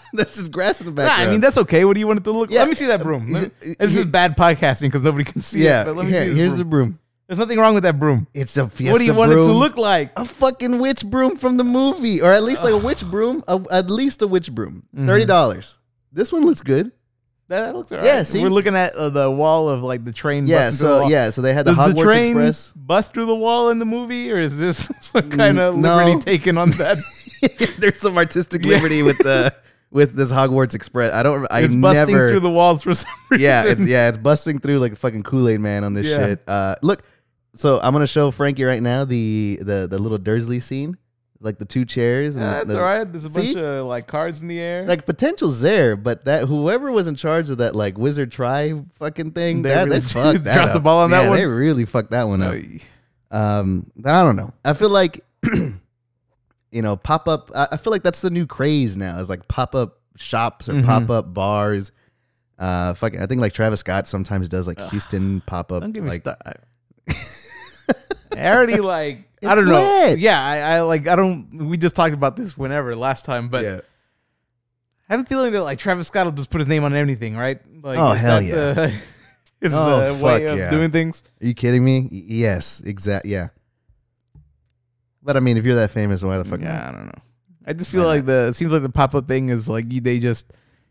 S1: [LAUGHS] that's just grass in the
S2: Nah,
S1: background.
S2: I mean that's okay. What do you want it to look? like?
S1: Yeah.
S2: Let me see that broom. Let me-
S1: Is-
S2: this is bad podcasting because nobody can see
S1: yeah.
S2: it. But let me
S1: here-
S2: see this
S1: here's
S2: broom.
S1: the broom.
S2: There's nothing wrong with that broom.
S1: It's a fiesta
S2: what do you want
S1: broom.
S2: it to look like?
S1: a fucking witch broom from the movie, or at least like a witch broom, a, at least a witch broom.
S2: Mm-hmm.
S1: Thirty dollars. This one looks good.
S2: That, that looks alright.
S1: Yeah, see?
S2: we're looking at uh, the wall of like the train.
S1: Yeah.
S2: busting through the
S1: So
S2: wall.
S1: yeah. So they had the
S2: Does
S1: Hogwarts
S2: the train [LAUGHS]
S1: Express.
S2: bust through the wall in the movie, or is this [LAUGHS] some kind of
S1: no.
S2: liberty taken on that?
S1: There's some artistic
S2: Yeah.
S1: liberty with the with this Hogwarts Express. I don't. [LAUGHS] I
S2: it's
S1: never.
S2: busting through the walls for some
S1: [LAUGHS]
S2: reason.
S1: yeah. It's, yeah. It's busting through like a fucking Kool Aid man on this
S2: Yeah.
S1: shit. Uh, look. So I'm gonna show Frankie right now the the the little Dursley scene, like the two chairs. And
S2: Yeah,
S1: the-
S2: [LAUGHS] that's
S1: the-
S2: all right. There's a
S1: See?
S2: bunch of like cards in the air.
S1: Like potential's there, but that whoever was in charge of that like wizard try fucking thing,
S2: They
S1: that,
S2: really [LAUGHS]
S1: they fucked that
S2: dropped
S1: up.
S2: the ball on that
S1: Yeah,
S2: one.
S1: They really fucked that one up.
S2: Uh,
S1: Um, I don't know. I feel like [CLEARS THROAT] you know pop up. I, I feel like that's the new craze now. Is like pop up shops or
S2: Mhm.
S1: pop up bars. Uh, fucking, I think like Travis Scott sometimes does like Houston pop up.
S2: Don't give me
S1: like,
S2: start. [LAUGHS] I already like I
S1: It's
S2: don't know.
S1: lit.
S2: Yeah, I, I like I don't. We just talked about this whenever last time, but
S1: Yeah.
S2: I have a feeling that like Travis Scott will just put his name on anything, right? Like,
S1: Oh,
S2: is
S1: hell
S2: that
S1: yeah.
S2: the- [LAUGHS] Is
S1: Oh,
S2: a way
S1: fuck
S2: of
S1: yeah.
S2: doing things.
S1: Are you kidding me? Y- Yes, exact. Yeah. But I mean, if you're that famous, why the fuck? not?
S2: Yeah, I don't know. I just feel like the it seems like the pop up thing is like you- they just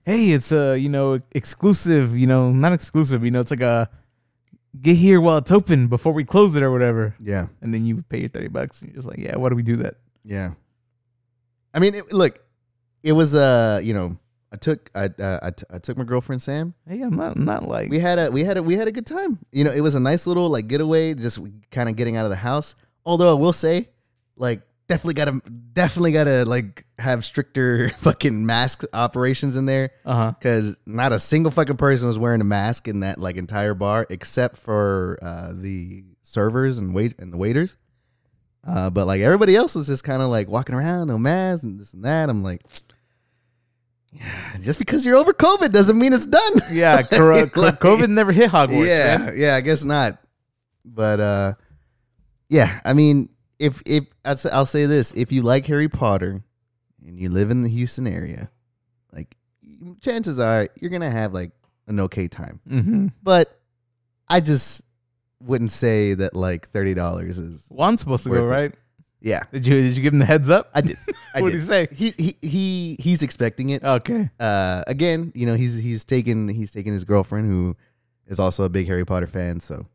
S2: hey, it's a you know exclusive, you know not exclusive, you know it's like a get here while it's open before we close it or whatever,
S1: Yeah.
S2: and then you pay your thirty bucks and you're just like yeah, why do we do that?
S1: Yeah. I mean, it, look, it was uh, you know, I took I, uh, I, t- I took my girlfriend Sam.
S2: Hey, I'm not I'm not like
S1: We had a we had a we had a good time. You know, it was a nice little like getaway, just kind of getting out of the house. Although I will say, like, definitely gotta definitely gotta like have stricter [LAUGHS] fucking mask operations in there
S2: uh huh.
S1: because not a single fucking person was wearing a mask in that like entire bar except for uh, the servers and wait and the waiters. Uh, but like everybody else was just kind of like walking around, no mask and this and that. I'm like, [SIGHS] just because you're over COVID doesn't mean it's done. [LAUGHS]
S2: Yeah, cor-
S1: Like-
S2: cor- COVID never hit Hogwarts.
S1: yeah,
S2: man.
S1: yeah, I guess not. But uh, yeah, I mean, if if I'll say, I'll say this, if you like Harry Potter and you live in the Houston area, like chances are you're gonna have like an okay time.
S2: Mm-hmm.
S1: But I just wouldn't say that like thirty dollars is
S2: Juan's supposed to go
S1: Worth it.
S2: right.
S1: yeah.
S2: Did you did you give him the heads up? [LAUGHS]
S1: I did. I
S2: What Oh. did
S1: did.
S2: he say?
S1: He he he he's expecting it.
S2: Okay.
S1: Uh, again, you know, he's he's taken he's taken his girlfriend who is also a big Harry Potter fan, so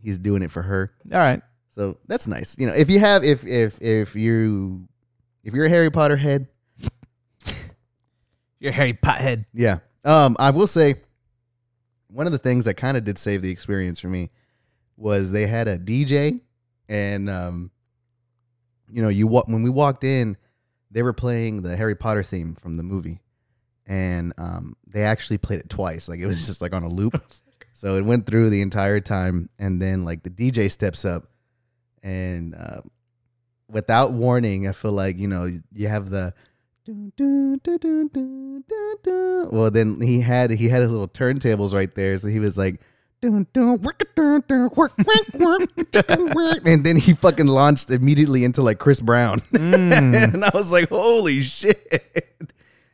S1: he's doing it for her.
S2: All right.
S1: So that's nice. You know, if you have if if if you if you're a Harry Potter head,
S2: You're
S1: [LAUGHS]
S2: Harry Pothead.
S1: yeah. Um, I will say one of the things that kind of did save the experience for me was they had a DJ and um you know, you walk when we walked in, they were playing the Harry Potter theme from the movie. And um they actually played it twice. Like it was [LAUGHS] just like on a loop. So it went through the entire time, and then like the DJ steps up, and uh, without warning, I feel like you know you have the. dun, dun, dun, dun, dun, dun, dun. Well, then he had he had his little turntables right there, so he was like, dun, dun, wicka, dun, dun, wick, wick, wick, dun, wick. and then he fucking launched immediately into like Chris Brown, [LAUGHS]
S2: [LAUGHS]
S1: and I was like, holy shit!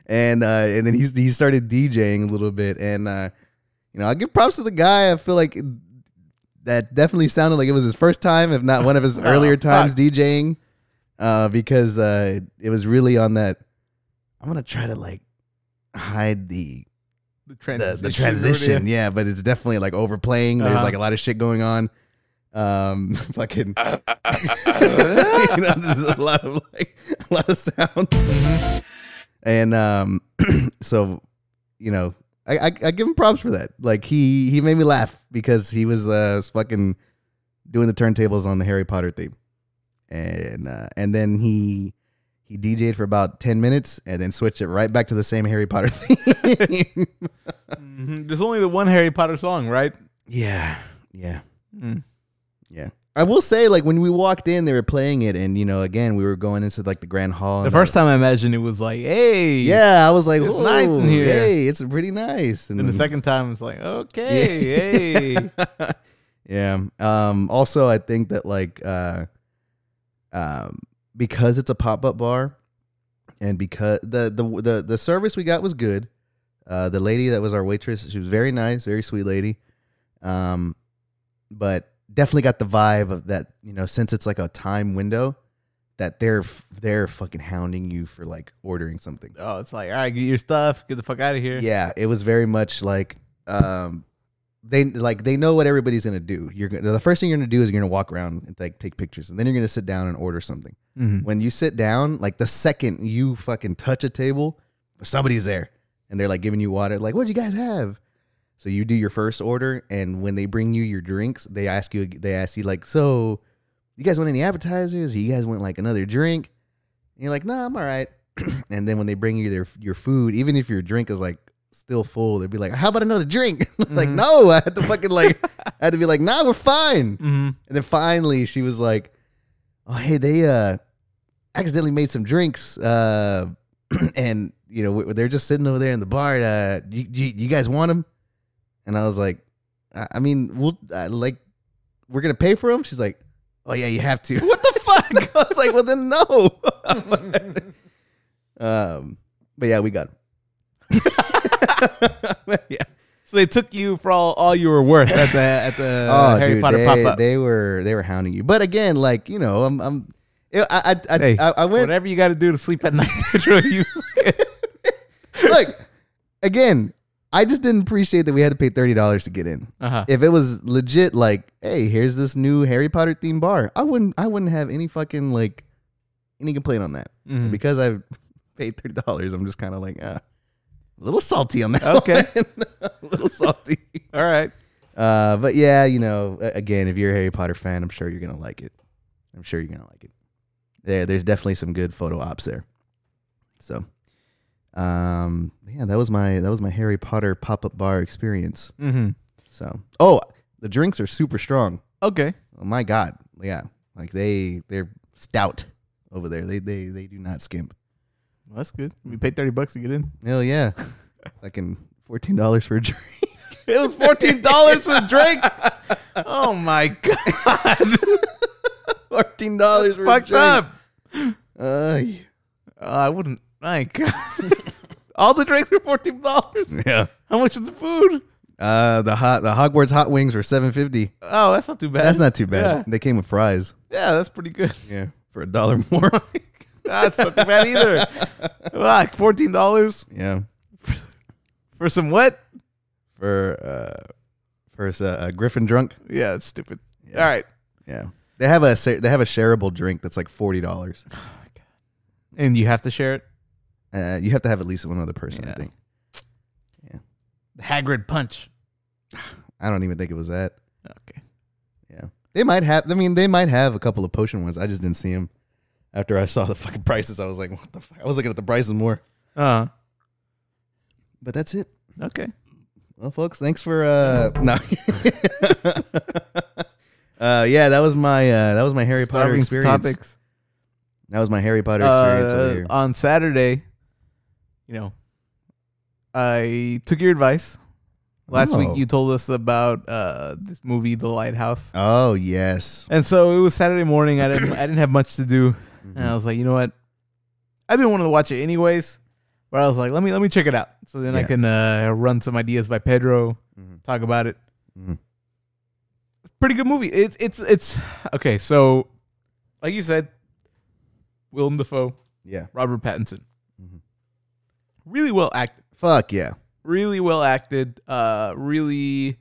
S1: And uh, and then he he started DJing a little bit, and uh, you know I give props to the guy. I feel like that definitely sounded like it was his first time, if not one of his earlier times DJing, uh, because uh, it was really on that. I'm gonna try to like hide the the,
S2: The transition.
S1: the transition, yeah, but it's definitely like overplaying. There's
S2: Uh-huh.
S1: like a lot of shit going on. Um, [LAUGHS] fucking, you know, there's a lot of like [LAUGHS] a lot of sound, and um, [CLEARS THROAT] so you know, I, I I give him props for that. Like he he made me laugh because he was uh fucking doing the turntables on the Harry Potter theme, and uh, and then he he DJ'd for about ten minutes and then switched it right back to the same Harry Potter [LAUGHS] theme.
S2: Mhm. There's only the one Harry Potter song, right?
S1: yeah, yeah.
S2: Mm.
S1: Yeah. I will say, like, when we walked in, they were playing it, and, you know, again, we were going into, like, the Grand Hall.
S2: The
S1: and
S2: first time I imagined it was like, hey.
S1: Yeah, I was like,
S2: It's
S1: "Whoa,
S2: nice in here."
S1: Hey, it's pretty nice.
S2: Then the second time it's like, okay,
S1: [LAUGHS]
S2: hey.
S1: Yeah. Um, also, I think that, like, uh, um, because it's a pop up bar, and because the, the the the service we got was good. Uh, the lady that was our waitress, she was very nice, very sweet lady. Um, but definitely got the vibe of that, you know, since it's like a time window, that they're f- they're fucking hounding you for like ordering something.
S2: Oh, it's like, all right, get your stuff, get the fuck out of here.
S1: Yeah, it was very much like um they like they know what everybody's gonna do. You're gonna, the first thing you're gonna do is you're gonna walk around and like take pictures, and then you're gonna sit down and order something.
S2: Mhm.
S1: When you sit down, like the second you fucking touch a table, somebody's there, and they're like giving you water. Like, what do you guys have? So you do your first order, and when they bring you your drinks, they ask you. They ask you like, so you guys want any appetizers? Or you guys want like another drink? And you're like, nah, I'm all right. [CLEARS THROAT] and then when they bring you their your food, even if your drink is like still full, they'd be like, how about another drink? [LAUGHS] like,
S2: Mhm.
S1: no, I had to fucking like, [LAUGHS] I had to be like, nah, we're fine.
S2: [LAUGHS] Mhm.
S1: And then finally she was like, Oh, hey, they uh accidentally made some drinks. Uh [CLEARS THROAT] and you know, we- they're just sitting over there in the bar. Uh you, you, you guys want them? And I was like, I, I mean, we'll uh, like we're gonna pay for them. She's like, Oh yeah, you have to. What [LAUGHS] the fuck? I was like, Well then no. [LAUGHS] um but yeah, we got 'em. [LAUGHS] yeah.
S2: So they took you for all, all you were worth at the
S1: [LAUGHS]
S2: at the Uh, Harry Potter
S1: Oh, they,
S2: pop up.
S1: They were they were hounding you, but again, like you know, I'm I'm I I I,
S2: Hey,
S1: I, I went
S2: Whatever you got to do to sleep at night, [LAUGHS] Troy, you.
S1: look again. I just didn't appreciate that we had to pay thirty dollars to get in.
S2: Uh-huh.
S1: If it was legit, like, hey, here's this new Harry Potter themed bar, I wouldn't I wouldn't have any fucking like any complaint on that
S2: Mhm.
S1: because I [LAUGHS] paid thirty dollars. I'm just kind of like uh, a little salty on that.
S2: Okay.
S1: [LAUGHS] one. a little salty.
S2: All right.
S1: Uh, but yeah, you know, a- again, if you're a Harry Potter fan, I'm sure you're gonna like it. I'm sure you're gonna like it. There, there's definitely some good photo ops there. So, um, yeah, that was my that was my Harry Potter pop up bar experience.
S2: Mm-hmm.
S1: So, oh, the drinks are super strong.
S2: Okay.
S1: Oh my god, yeah, like they they're stout over there. They they they do not skimp.
S2: Well, that's good. We paid thirty bucks to get in.
S1: Hell yeah, [LAUGHS] fucking fourteen dollars for a drink. [LAUGHS]
S2: It was fourteen dollars with Drake. [LAUGHS] Oh my god!
S1: Fourteen dollars for
S2: Fucked
S1: a drink.
S2: up.
S1: Uh,
S2: Uh, I wouldn't. My [LAUGHS] god. All the drinks were fourteen dollars.
S1: yeah.
S2: How much was the food?
S1: Uh, the hot the Hogwarts hot wings were seven fifty.
S2: Oh, that's not too bad.
S1: That's not too bad.
S2: Yeah.
S1: They came with fries.
S2: Yeah, that's pretty good.
S1: Yeah, for a dollar more. [LAUGHS]
S2: That's not [LAUGHS] too bad [LAUGHS] either. Fuck, fourteen dollars
S1: yeah,
S2: for some what?
S1: for uh, for a, a Griffin drunk.
S2: Yeah, it's stupid.
S1: Yeah.
S2: All right.
S1: Yeah, they have a sa- they have a shareable drink that's like forty dollars.
S2: And you have to share it.
S1: Uh, you have to have at least one other person. I
S2: Yeah.
S1: think.
S2: The Hagrid punch.
S1: I don't even think it was that.
S2: Okay.
S1: Yeah, they might have. I mean, they might have a couple of potion ones. I just didn't see them. After I saw the fucking prices, I was like, "What the fuck?" I was looking at the prices more.
S2: Uh
S1: But that's it.
S2: okay.
S1: Well, folks, thanks for uh no. [LAUGHS] uh yeah, that was my uh that was my Harry Potter
S2: Starving for
S1: experience.
S2: topics.
S1: That was my Harry Potter experience over
S2: uh,
S1: here.
S2: on Saturday, you know, I took your advice. Last
S1: Oh.
S2: week you told us about uh, this movie, The Lighthouse,
S1: Oh yes.
S2: and so it was Saturday morning. I didn't I didn't have much to do,
S1: Mm-hmm.
S2: and I was like, you know what, I've been wanting to watch it anyways. But I was like, let me let me check it out, so then I
S1: Yeah.
S2: can uh, run some ideas by Pedro,
S1: Mhm.
S2: talk about it.
S1: Mhm.
S2: Pretty good movie. It's it's it's okay. So, like you said, Willem Dafoe,
S1: Yeah.
S2: Robert Pattinson.
S1: Mhm.
S2: Really well acted.
S1: Fuck yeah.
S2: Really well acted. Uh, really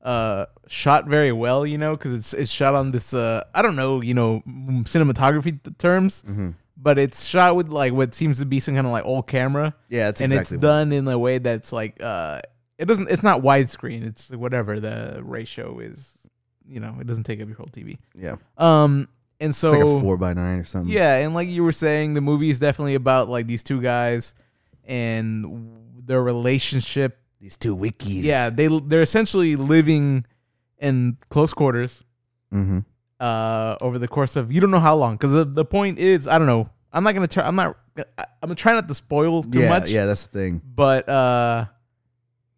S2: uh, shot very well. You know, because it's it's shot on this. Uh, I don't know. You know, m- cinematography th- terms,
S1: Mhm.
S2: but it's shot with like what seems to be some kind of like old camera,
S1: Yeah, that's
S2: and
S1: exactly.
S2: it's
S1: what-
S2: done in a way that's like uh, it doesn't. It's not widescreen. It's whatever the ratio is. You know, it doesn't take up your whole TV.
S1: yeah, it's
S2: Um, and so
S1: like a four by nine or something.
S2: yeah, and like you were saying, the movie is definitely about like these two guys and w- their relationship.
S1: These two wikis.
S2: Yeah, they they're essentially living in close quarters
S1: Mm-hmm.
S2: uh over the course of you don't know how long because the, the point is I don't know. I'm not gonna try. I'm not. I- I'm gonna try not to spoil too
S1: yeah,
S2: much.
S1: yeah. That's the thing.
S2: But uh,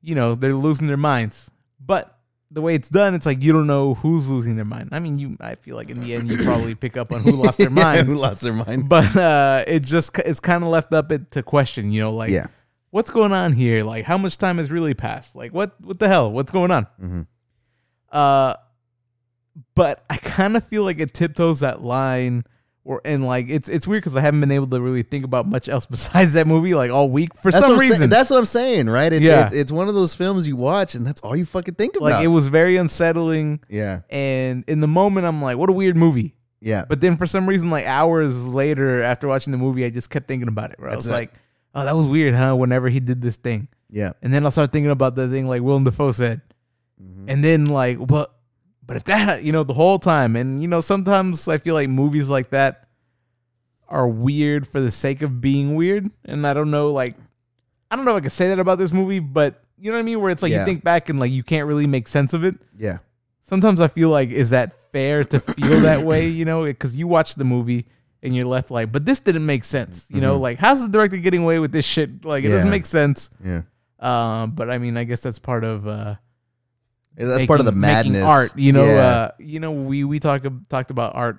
S2: you know they're losing their minds. But the way it's done, it's like you don't know who's losing their mind. I mean, you. I feel like in the end, you probably pick up on who lost their
S1: [LAUGHS] Yeah,
S2: mind
S1: who lost their mind?
S2: but uh it just it's kind of left up it to question you know like
S1: yeah.
S2: what's going on here like how much time has really passed like what what the hell what's going on
S1: Mm-hmm.
S2: uh but i kind of feel like it tiptoes that line or and like it's it's weird because i haven't been able to really think about much else [LAUGHS] besides that movie like all week for
S1: That's
S2: some
S1: what I'm saying-
S2: reason
S1: that's what I'm saying, right? It's,
S2: Yeah.
S1: it's it's one of those films you watch and that's all you fucking think about.
S2: like it was very unsettling
S1: yeah,
S2: and in the moment i'm like what a weird movie
S1: yeah.
S2: But then for some reason, like hours later after watching the movie, I just kept thinking about it. Where I
S1: That's
S2: was
S1: it.
S2: like, oh, that was weird, huh? Whenever he did this thing.
S1: yeah.
S2: And then I'll start thinking about the thing like Willem Dafoe said.
S1: Mm-hmm.
S2: And then like, but but if that you know, the whole time. And you know, sometimes I feel like movies like that are weird for the sake of being weird. And I don't know, like I don't know if I could say that about this movie, but you know what I mean? Where it's like
S1: Yeah.
S2: you think back and like you can't really make sense of it
S1: Yeah.
S2: sometimes I feel like is that fair to feel that way? You know, because you watch the movie and you're left like, but this didn't make sense. You know, like how's the director getting away with this shit? Like it doesn't
S1: Mm-hmm. Yeah.
S2: make sense.
S1: Yeah.
S2: Um, but I mean, I guess that's part of uh,
S1: That's part of the
S2: making- making
S1: madness.
S2: Art, you know,
S1: Yeah.
S2: uh, you know, we we talked talked about art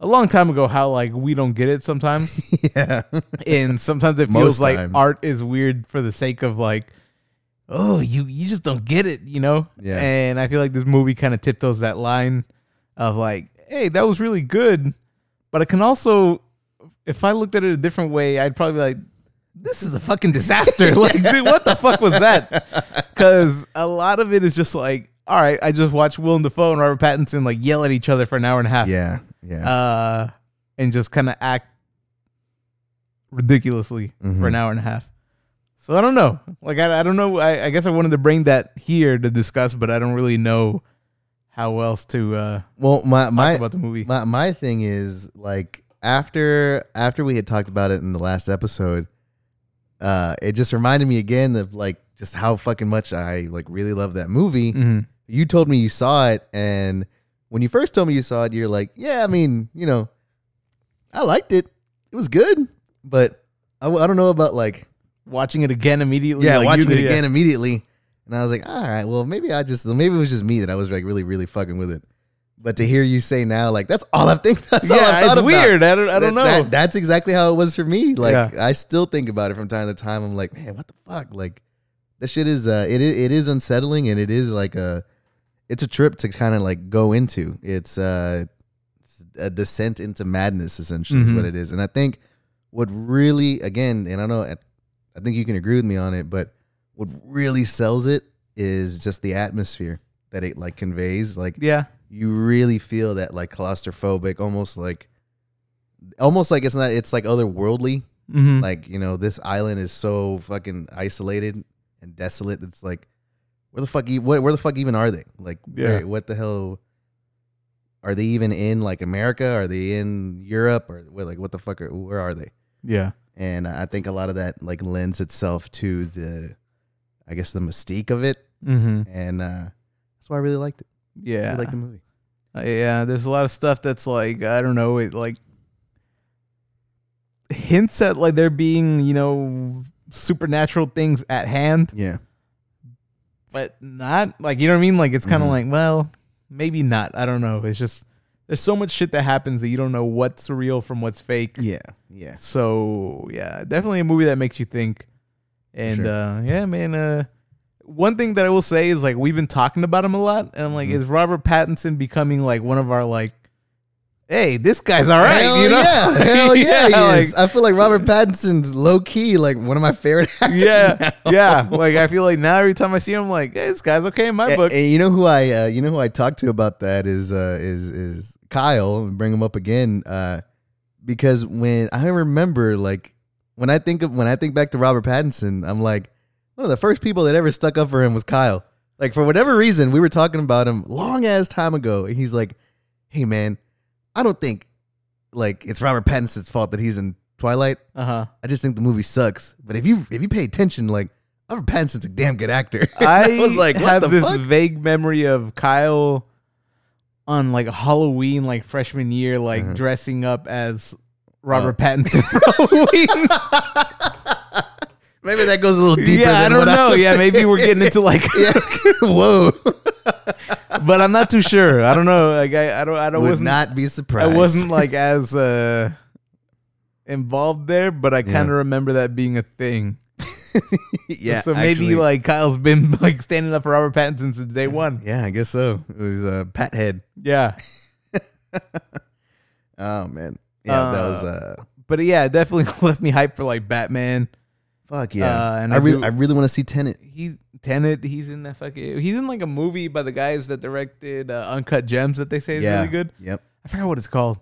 S2: a long time ago. How like we don't get it sometimes [LAUGHS]
S1: yeah.
S2: and sometimes it
S1: Most
S2: feels like
S1: times.
S2: art is weird for the sake of like oh you you just don't get it you know
S1: Yeah.
S2: and i feel like this movie kind of tiptoes that line of like hey that was really good but i can also if i looked at it a different way i'd probably be like this is a fucking disaster [LAUGHS] like dude what the fuck was that because a lot of it is just like all right i just watched willem dafoe and robert pattinson like yell at each other for an hour and a half
S1: yeah. Yeah.
S2: uh, and just kind of act ridiculously
S1: Mhm.
S2: for an hour and a half. So I don't know. Like I, I don't know. I, I guess I wanted to bring that here to discuss, but I don't really know how else to uh,
S1: well, my
S2: talk
S1: my
S2: about the movie.
S1: my my thing is like after after we had talked about it in the last episode, uh, it just reminded me again of like just how fucking much I like really love that movie.
S2: Mhm.
S1: You told me you saw it, and when you first told me you saw it, you're like, yeah, I mean, you know, I liked it. It was good, but I, w- I don't know about like
S2: Watching it again immediately.
S1: yeah,
S2: like you
S1: watching it
S2: did, yeah.
S1: again immediately. And I was like, all right, well, maybe I just, maybe it was just me that I was like really, really fucking with it. But to hear you say now, like that's all I think. [LAUGHS] That's all I
S2: Yeah,
S1: thought
S2: it's
S1: about.
S2: weird. I don't. I
S1: That-
S2: don't know.
S1: that- that's exactly how it was for me. Like
S2: Yeah.
S1: I still think about it from time to time. I'm like, man, what the fuck? Like that shit is, uh, it i- it is unsettling, and it is like a, it's a trip to kind of like go into. It's uh, it's a descent into madness essentially is
S2: Mhm.
S1: what it is. And I think what really, again, and I know, I- I think you can agree with me on it, but what really sells it is just the atmosphere that it like conveys. Like
S2: yeah.
S1: you really feel that like claustrophobic, almost like, almost like it's not, it's like otherworldly.
S2: Mhm.
S1: Like you know, this island is so fucking isolated and desolate. It's like, where the fuck, e- where, where the fuck even are they? Like, where,
S2: Yeah.
S1: what the hell? Are they even in like America? Are they in Europe? Or what- like, what the fuck? Are, where are they?
S2: yeah.
S1: And I think a lot of that like lends itself to the, I guess the mystique of it,
S2: Mm-hmm.
S1: and uh, that's why I really liked it. I
S2: Yeah.
S1: really liked the movie.
S2: Uh, yeah. There's a lot of stuff that's like I don't know. It like hints at like there being you know supernatural things at hand,
S1: Yeah.
S2: but not like you know what I mean. Like it's kind of like well, maybe not. I don't know. It's just there's so much shit that happens that you don't know what's real from what's fake.
S1: Yeah. Yeah.
S2: So yeah, definitely a movie that makes you think. And
S1: Sure.
S2: uh, yeah, man. Uh, one thing that I will say is like we've been talking about him a lot, and I'm like,
S1: Mm-hmm.
S2: is Robert Pattinson becoming like one of our like, hey, this guy's all right,
S1: Hell
S2: you know? [LAUGHS]
S1: yeah. Hell yeah, he is. [LAUGHS]
S2: like,
S1: I feel like Robert Pattinson's low key like one of my favorite [LAUGHS] actors.
S2: yeah, yeah. Like I feel like now every time I see him, I'm like, hey, this guy's okay in my
S1: And,
S2: book.
S1: and you know who I uh, you know who I talked to about that is uh, is is Kyle and bring him up again uh, because when I remember like when I think of when I think back to Robert Pattinson I'm like one of the first people that ever stuck up for him was Kyle like for whatever reason we were talking about him long ass time ago and he's like hey man I don't think like it's Robert Pattinson's fault that he's in Twilight
S2: Uh huh.
S1: I just think the movie sucks but if you if you pay attention like Robert Pattinson's a damn good actor [LAUGHS] And
S2: [LAUGHS] I,
S1: was like what
S2: have
S1: the
S2: this
S1: fuck?
S2: vague memory of Kyle on like Halloween, like freshman year, like
S1: Uh-huh.
S2: dressing up as
S1: Oh.
S2: Robert
S1: [LAUGHS]
S2: Pattinson for Halloween.
S1: Maybe that goes a little [LAUGHS] deeper.
S2: yeah, I
S1: than
S2: don't
S1: what
S2: know.
S1: was
S2: yeah, maybe we're getting into like,
S1: thinking. [LAUGHS] Yeah. Whoa.
S2: but I'm not too sure. I don't know. Like I, I don't, [LAUGHS] I don't,
S1: Would
S2: wasn't,
S1: not be
S2: I
S1: surprised. [LAUGHS]
S2: wasn't like as uh involved there, but I kind of
S1: Yeah.
S2: remember that being a thing.
S1: [LAUGHS] yeah.
S2: so maybe
S1: actually.
S2: like Kyle's been [LAUGHS] like standing up for Robert Pattinson since day one.
S1: Yeah, I guess so. It was uh, Pat Head.
S2: Yeah.
S1: Oh man. Yeah, that was uh.
S2: but yeah, it definitely [LAUGHS] left me hyped for like Batman.
S1: Fuck yeah.
S2: uh, and
S1: I,
S2: I
S1: really,
S2: do-
S1: I really want to see Tenant.
S2: He Tenet, he's in that fucking he's in like a movie by the guys that directed uh, Uncut Gems that they say is
S1: yeah.
S2: really good.
S1: Yep.
S2: I forgot what it's called.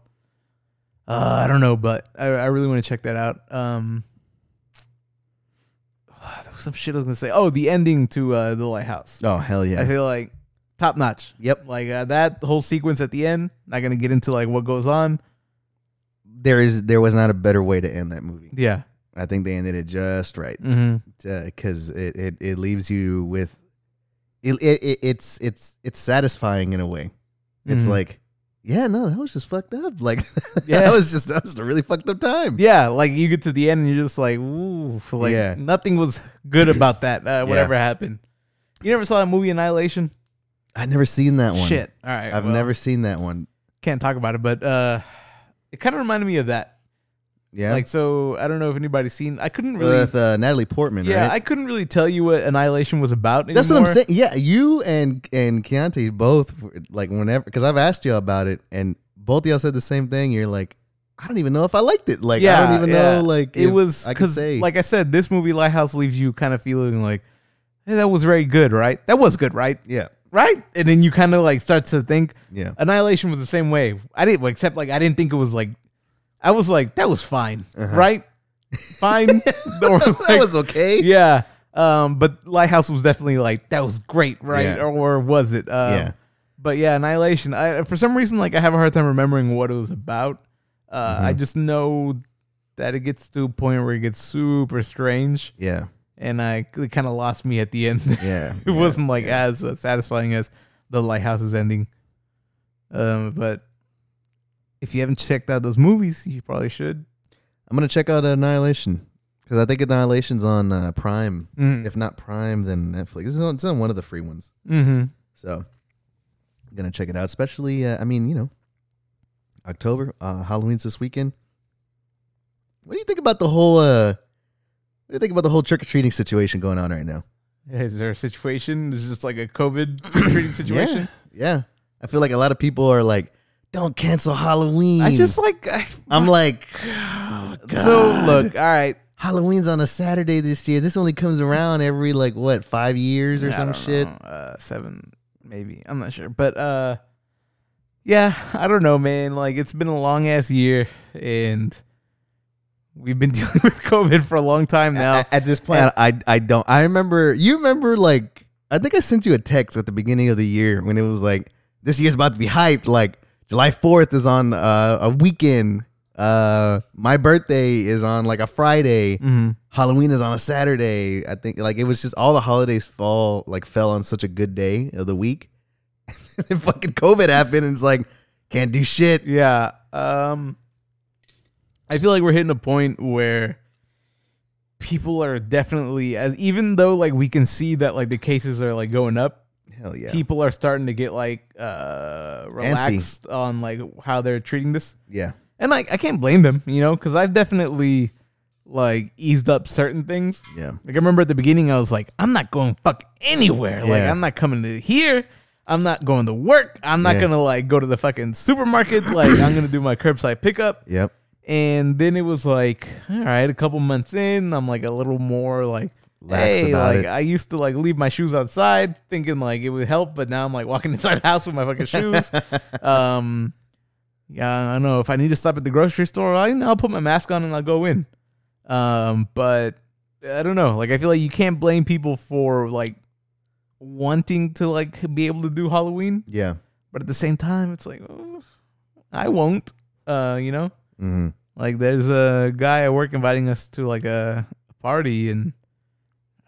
S2: Uh, I don't know, but I, I really want to check that out. Um, [SIGHS] there was some shit I was gonna say. Oh, the ending to uh, the lighthouse.
S1: Oh hell
S2: I
S1: yeah.
S2: feel like top notch.
S1: Yep.
S2: Like uh, that whole sequence at the end. Not gonna get into like what goes on.
S1: There is there was not a better way to end that movie.
S2: Yeah.
S1: I think they ended it just right.
S2: Mm-hmm.
S1: because uh, it, it it leaves you with it, it, it it's it's it's satisfying in a way. It's
S2: Mhm.
S1: like, yeah, no, that was just fucked up. Like, [LAUGHS]
S2: Yeah.
S1: that was just that was a really fucked up time.
S2: Yeah. Like you get to the end and you're just like, ooh, like
S1: Yeah.
S2: nothing was good about that. Uh, whatever happened. You never saw that movie Annihilation?
S1: I've never seen that one.
S2: Shit. All right.
S1: I've
S2: well,
S1: never seen that one.
S2: can't talk about it, but uh, it kind of reminded me of that.
S1: Yeah,
S2: Like so, I don't know if anybody's seen. I couldn't really.
S1: with uh, Natalie Portman.
S2: yeah,
S1: right?
S2: I couldn't really tell you what Annihilation was about.
S1: that's what I'm
S2: anymore.
S1: saying. Yeah, you and and Keontae both were, like whenever because I've asked you about it and both of y'all said the same thing. You're like, I don't even know if I liked it. Like, I don't even
S2: yeah.
S1: know. Like,
S2: it
S1: if
S2: was
S1: I could
S2: because,
S1: say
S2: like I said, this movie Lighthouse leaves you kind of feeling like hey, that was very good, right? That was good, right?
S1: yeah,
S2: Right? And then you kind of like start to think
S1: yeah.
S2: Annihilation was the same way. I didn't well, except like I didn't think it was like I was like that was fine, right? Fine. Or,
S1: Uh-huh. [LAUGHS] that
S2: like,
S1: was okay.
S2: yeah. Um, but Lighthouse was definitely like that was great, right?
S1: Yeah.
S2: Or was it? Um,
S1: Yeah.
S2: But yeah, Annihilation. I for some reason like I have a hard time remembering what it was about. Uh,
S1: Mm-hmm.
S2: I just know that it gets to a point where it gets super strange,
S1: Yeah.
S2: and I it kind of lost me at the end. [LAUGHS]
S1: Yeah.
S2: it wasn't like as uh, satisfying as the Lighthouse's ending. Um, but if you haven't checked out those movies, you probably should.
S1: I'm gonna check out Annihilation because I think Annihilation's on uh, Prime.
S2: Mm.
S1: If not Prime, then Netflix. It's on, it's on one of the free ones,
S2: Mm-hmm.
S1: so I'm gonna check it out. Especially, uh, I mean, you know, October, uh, Halloween's this weekend. What do you think about the whole? Uh, what do you think about the whole trick or treating situation going on right now?
S2: Is there a situation? Is this like a [CLEARS THROAT] COVID treating situation?
S1: Yeah, yeah. I feel like a lot of people are like, "Don't cancel Halloween."
S2: I just like I,
S1: I'm like,
S2: so look. All right,
S1: Halloween's on a Saturday this year. This only comes around every like what five years or
S2: I
S1: some
S2: don't
S1: shit.
S2: know, Uh, seven, maybe. I'm not sure, but uh, yeah, I don't know, man. Like it's been a long ass year, and we've been [LAUGHS] dealing with COVID for a long time [LAUGHS] now.
S1: At, at this point, I I don't. I remember you remember like I think I sent you a text at the beginning of the year when it was like this year's about to be hyped. Like July Fourth is on uh, a weekend. Uh, my birthday is on like a Friday.
S2: hmm
S1: Halloween is on a Saturday. I think like it was just all the holidays fall like fell on such a good day of the week. [LAUGHS] and then fucking COVID happened and it's like can't do shit.
S2: Yeah. Um. I feel like we're hitting a point where people are definitely as even though like we can see that like the cases are like going up,
S1: Hell yeah.
S2: people are starting to get like uh relaxed on like how they're treating this.
S1: yeah.
S2: And like I can't blame them, you know, cuz I've definitely like eased up certain things.
S1: Yeah.
S2: Like I remember at the beginning, I was like, I'm not going fuck anywhere. Like
S1: Yeah.
S2: I'm not coming to here. I'm not going to work. I'm not
S1: Yeah.
S2: gonna like go to the fucking supermarket. Like I'm gonna do my curbside pickup.
S1: Yep.
S2: And then it was like, all right, a couple months in, I'm like a little more like,
S1: Lax
S2: hey,
S1: about
S2: like
S1: it.
S2: I used to like leave my shoes outside, thinking like it would help, but now I'm like walking [LAUGHS] inside the house with my
S1: [LAUGHS]
S2: fucking shoes. um, yeah, I don't know if I need to stop at the grocery store, I, I'll put my mask on and I'll go in. Um, but I don't know. Like I feel like you can't blame people for like wanting to like be able to do Halloween,
S1: Yeah.
S2: but at the same time, it's like oh, I won't. Uh, you know.
S1: hmm
S2: Like there's a guy at work inviting us to like a party and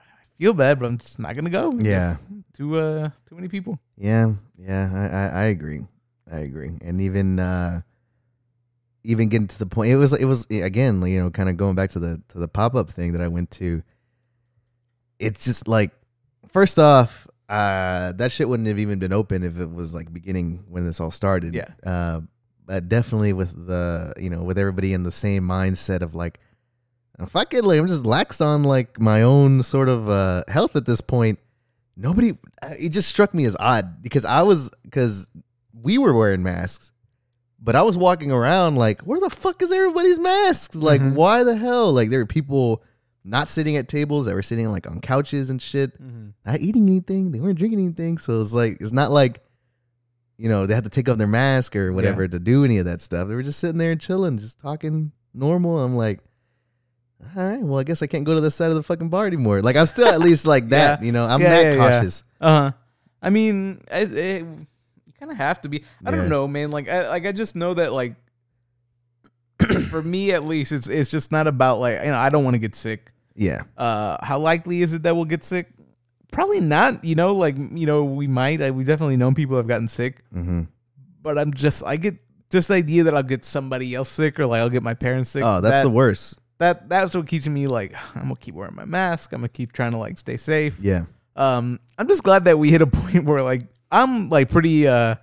S2: I feel bad, but I'm just not gonna go.
S1: Yeah.
S2: Just Too uh too many people.
S1: Yeah. Yeah. I, I, I agree. I agree. And even uh even getting to the point it was it was again, you know, kind of going back to the to the pop up thing that I went to. It's just like first off, uh that shit wouldn't have even been open if it was like beginning when this all started.
S2: Yeah.
S1: Uh but definitely with the you know, with everybody in the same mindset of like fuck it, like I'm just laxed on like my own sort of uh health at this point. Nobody uh, it just struck me as odd because I was because we were wearing masks, but I was walking around like, where the fuck is everybody's masks? Like,
S2: Mhm.
S1: why the hell? Like, there were people not sitting at tables that were sitting like on couches and shit, not eating anything. They weren't drinking anything, so it's like it's not like you know they had to take off their mask or whatever to do any of that stuff. They were just sitting there and chilling, just talking normal. I'm like. All right, well, I guess I can't go to this side of the fucking bar anymore. Like, I'm still at least
S2: [LAUGHS]
S1: like that, you know. I'm
S2: Yeah,
S1: that
S2: yeah, yeah.
S1: cautious.
S2: Uh huh. I mean, I, it, you kind of have to be. I
S1: Yeah.
S2: don't know, man. Like I like I just know that like [CLEARS THROAT] for me at least, it's it's just not about like you know I don't want to get sick.
S1: Yeah,
S2: uh how likely is it that we'll get sick probably not you know like you know we might I, we definitely know people have gotten sick
S1: hmm
S2: but i'm just i get just the idea that i'll get somebody else sick or like i'll get my parents sick
S1: Oh, that's
S2: that,
S1: the worst.
S2: that that's what keeps me like [SIGHS] i'm gonna keep wearing my mask i'm gonna keep trying to like stay safe
S1: Yeah.
S2: um i'm just glad that we hit a [LAUGHS] point where like i'm like pretty uh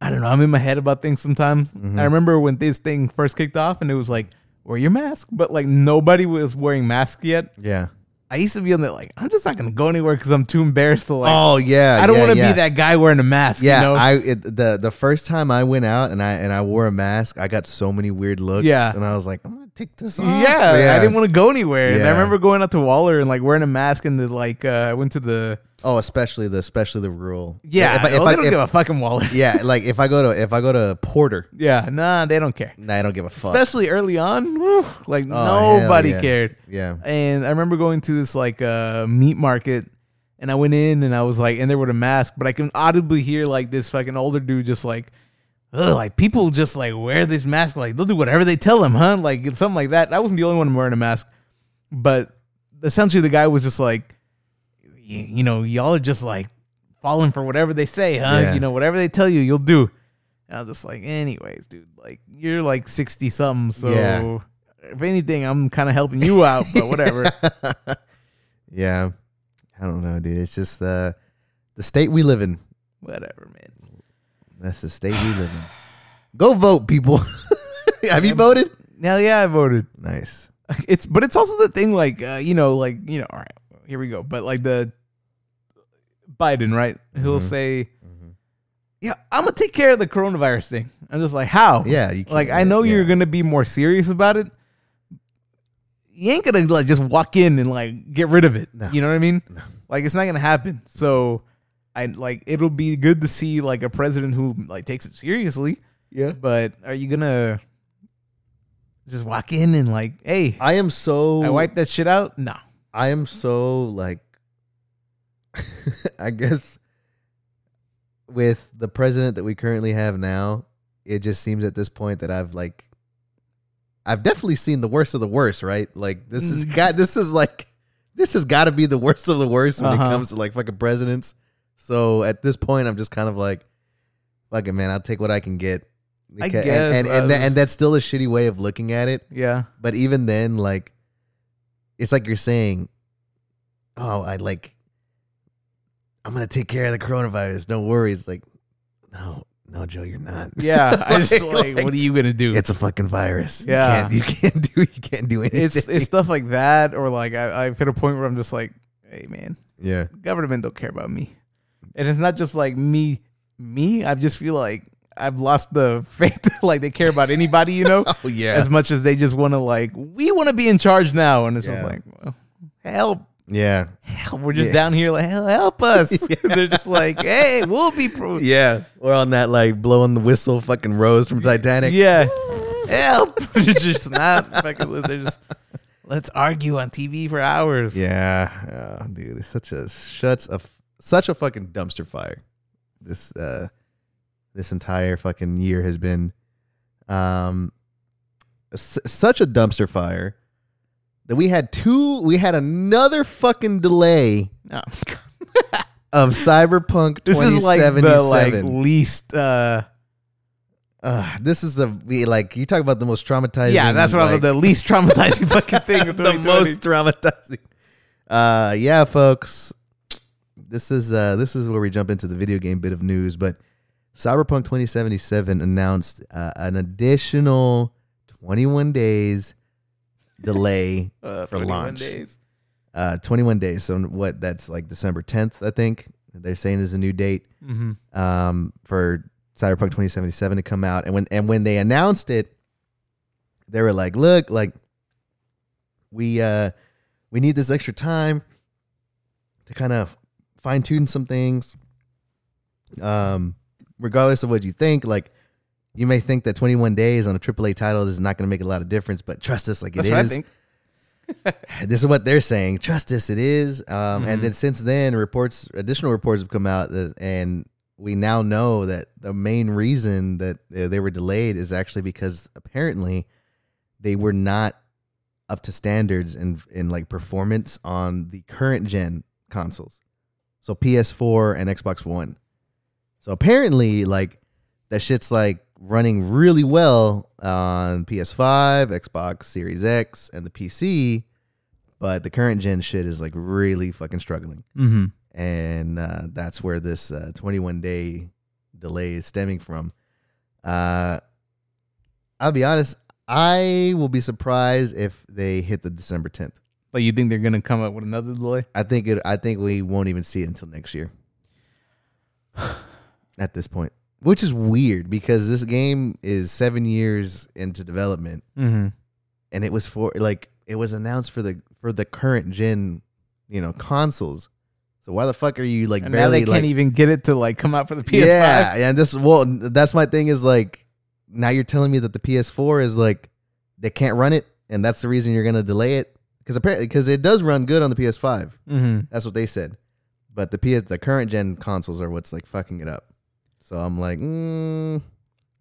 S2: i don't know i'm in my head about things sometimes
S1: Mm-hmm.
S2: i remember when this thing first kicked off and it was like wear your mask but like nobody was wearing masks yet
S1: Yeah.
S2: I used to be on that like I'm just not gonna go anywhere because I'm too embarrassed to like.
S1: oh yeah.
S2: I don't
S1: yeah,
S2: want to
S1: yeah.
S2: be that guy wearing a mask.
S1: Yeah.
S2: you know?
S1: I it, the the first time I went out and I and I wore a mask, I got so many weird looks.
S2: Yeah.
S1: And I was like, I'm gonna take this off.
S2: yeah, I didn't want to go anywhere. And I
S1: Yeah.
S2: remember going out to Waller and like wearing a mask and the like. Uh, I went to the
S1: Oh, especially the especially the rural.
S2: yeah.
S1: If I, if
S2: oh,
S1: I,
S2: they don't
S1: if-
S2: give a fucking Waller.
S1: [LAUGHS] yeah. Like if I go to if I go to Porter,
S2: yeah, nah, they don't care.
S1: nah, I don't give a fuck. Oh,
S2: Especially early on, whew, like
S1: hell
S2: nobody
S1: yeah.
S2: cared.
S1: yeah.
S2: And I remember going to this like uh, meat market. And I went in and I was like, and there with a mask, but I can audibly hear like this fucking older dude just like, Ugh, like people just like wear this mask, like they'll do whatever they tell them, huh? Like it's something like that. I wasn't the only one wearing a mask, but essentially the guy was just like, y- you know, y'all are just like falling for whatever they say, huh?
S1: Yeah.
S2: You know, whatever they tell you, you'll do. And I was just like, anyways, dude, like you're like sixty something, so
S1: Yeah.
S2: if anything, I'm kind of helping you out,
S1: [LAUGHS]
S2: but whatever.
S1: Yeah. I don't know, dude. It's just the the state we live in.
S2: whatever, man.
S1: That's the state we live in.
S2: [SIGHS]
S1: Go vote, people. [LAUGHS] Have you voted?
S2: Hell yeah, I voted. [LAUGHS]
S1: Nice.
S2: it's but it's also the thing like uh, you know like you know all right here we go but like the biden right he'll
S1: Mm-hmm.
S2: say yeah i'm gonna take care of the coronavirus thing i'm just like how
S1: Yeah. You
S2: like
S1: can't-
S2: i know you're
S1: yeah.
S2: gonna be more serious about it you ain't gonna like just walk in and like get rid of it
S1: No.
S2: you know what i mean
S1: No.
S2: like it's not gonna happen so i like it'll be good to see like a president who like takes it seriously
S1: Yeah.
S2: but are you gonna just walk in and like hey
S1: I am so
S2: I wiped that shit out. No.
S1: I am so like [LAUGHS] I guess with the president that we currently have now, it just seems at this point that I've like I've definitely seen the worst of the worst, right? Like this is
S2: Mm.
S1: got this is like this has got to be the worst of the worst when
S2: Uh-huh.
S1: it comes to like fucking presidents. So at this point I'm just kind of like fuck it man, I'll take what I can get.
S2: I
S1: Okay, and-
S2: guess
S1: and and,
S2: I
S1: tha-
S2: was-
S1: and that's still a shitty way of looking at it.
S2: Yeah.
S1: But even then, like, it's like you're saying, "Oh, I like, I'm gonna take care of the coronavirus. No worries." Like, no, no, Joe, you're not.
S2: [LAUGHS] Yeah. I just
S1: Like-
S2: [LAUGHS] like, what are you gonna do?
S1: It's a fucking virus.
S2: Yeah.
S1: you can't, you can't [LAUGHS] do, you can't do anything.
S2: It's [LAUGHS] it's stuff like that, or like I, I've hit a point where I'm just like, hey man,
S1: [LAUGHS] yeah,
S2: government don't care about me, and it's not just like me, me. I just feel like I've lost the [LAUGHS] faith, like they care about anybody,
S1: [LAUGHS]
S2: you know,
S1: oh yeah,
S2: as much as they just want to like we want to be in charge now, and it's just
S1: Yeah.
S2: like, well, help,
S1: yeah,
S2: help, we're just
S1: Yeah.
S2: down here like hell,
S1: [LAUGHS]
S2: help us. [LAUGHS] They're just like, hey, we'll be, pro- yeah,
S1: yeah. Or on that like blowing the whistle, fucking Rose from Titanic.
S2: help. [LAUGHS] They're just not fucking. listen, They're just let's argue on TV for hours.
S1: Yeah, oh, dude, it's such a such a such a fucking dumpster fire. This uh, this entire fucking year has been, um, s- such a dumpster fire that we had two. We had another fucking delay
S2: No.
S1: of Cyberpunk
S2: This
S1: twenty
S2: is like
S1: seventy
S2: the like
S1: seven.
S2: least. uh
S1: this is the we- like you talk about the most traumatizing.
S2: Yeah, that's what I'm
S1: like,
S2: the [LAUGHS] least traumatizing fucking thing. [LAUGHS] Of
S1: the most traumatizing. Uh, yeah, folks, this is uh, this is where we jump into the video game bit of news. But Cyberpunk 2077 announced uh, an additional 21 days delay, [LAUGHS]
S2: uh,
S1: for
S2: 21
S1: launch.
S2: Days.
S1: uh, 21 days. So what? That's like December 10th, I think. They're saying is a new date
S2: Mm-hmm.
S1: um, for Cyberpunk 2077 to come out. And when and when they announced it, they were like, "Look, like we uh, we need this extra time to kind of fine tune some things." Um, regardless of what you think, like you may think that 21 days on a AAA title is not going to make a lot of difference, but trust us, like it
S2: That's
S1: is
S2: what I think.
S1: [SIGHS] this is what they're saying. Trust us, it is. Um,
S2: Mhm.
S1: And then since then, reports, additional reports have come out, that, and we now know that the main reason that uh, they were delayed is actually because apparently they were not up to standards in in like performance on the current gen consoles, so PS4 and Xbox One. So apparently, like that shit's like running really well on PS5, Xbox Series X, and the PC, but the current gen shit is like really fucking struggling,
S2: Mm-hmm.
S1: and uh, that's where this uh, 21 day delay is stemming from. Uh, I'll be honest, I will be surprised if they hit the December 10th.
S2: Like you think they're gonna come up with another delay?
S1: I think it. I think we won't even see it until next year. [SIGHS] At this point, which is weird because this game is seven years into development,
S2: Mm-hmm.
S1: and it was for like it was announced for the for the current gen, you know, consoles. So why the fuck are you like
S2: And now
S1: barely
S2: they can't
S1: like
S2: even get it to like come out for the
S1: [LAUGHS]
S2: PS5.
S1: yeah? And this well, that's my thing is like now you're telling me that the PS4 is like they can't run it, and that's the reason you're gonna delay it because apparently because it does run good on the PS5.
S2: Mm-hmm.
S1: That's what they said. But the PS, the current gen consoles are what's like fucking it up. So I'm like, mm,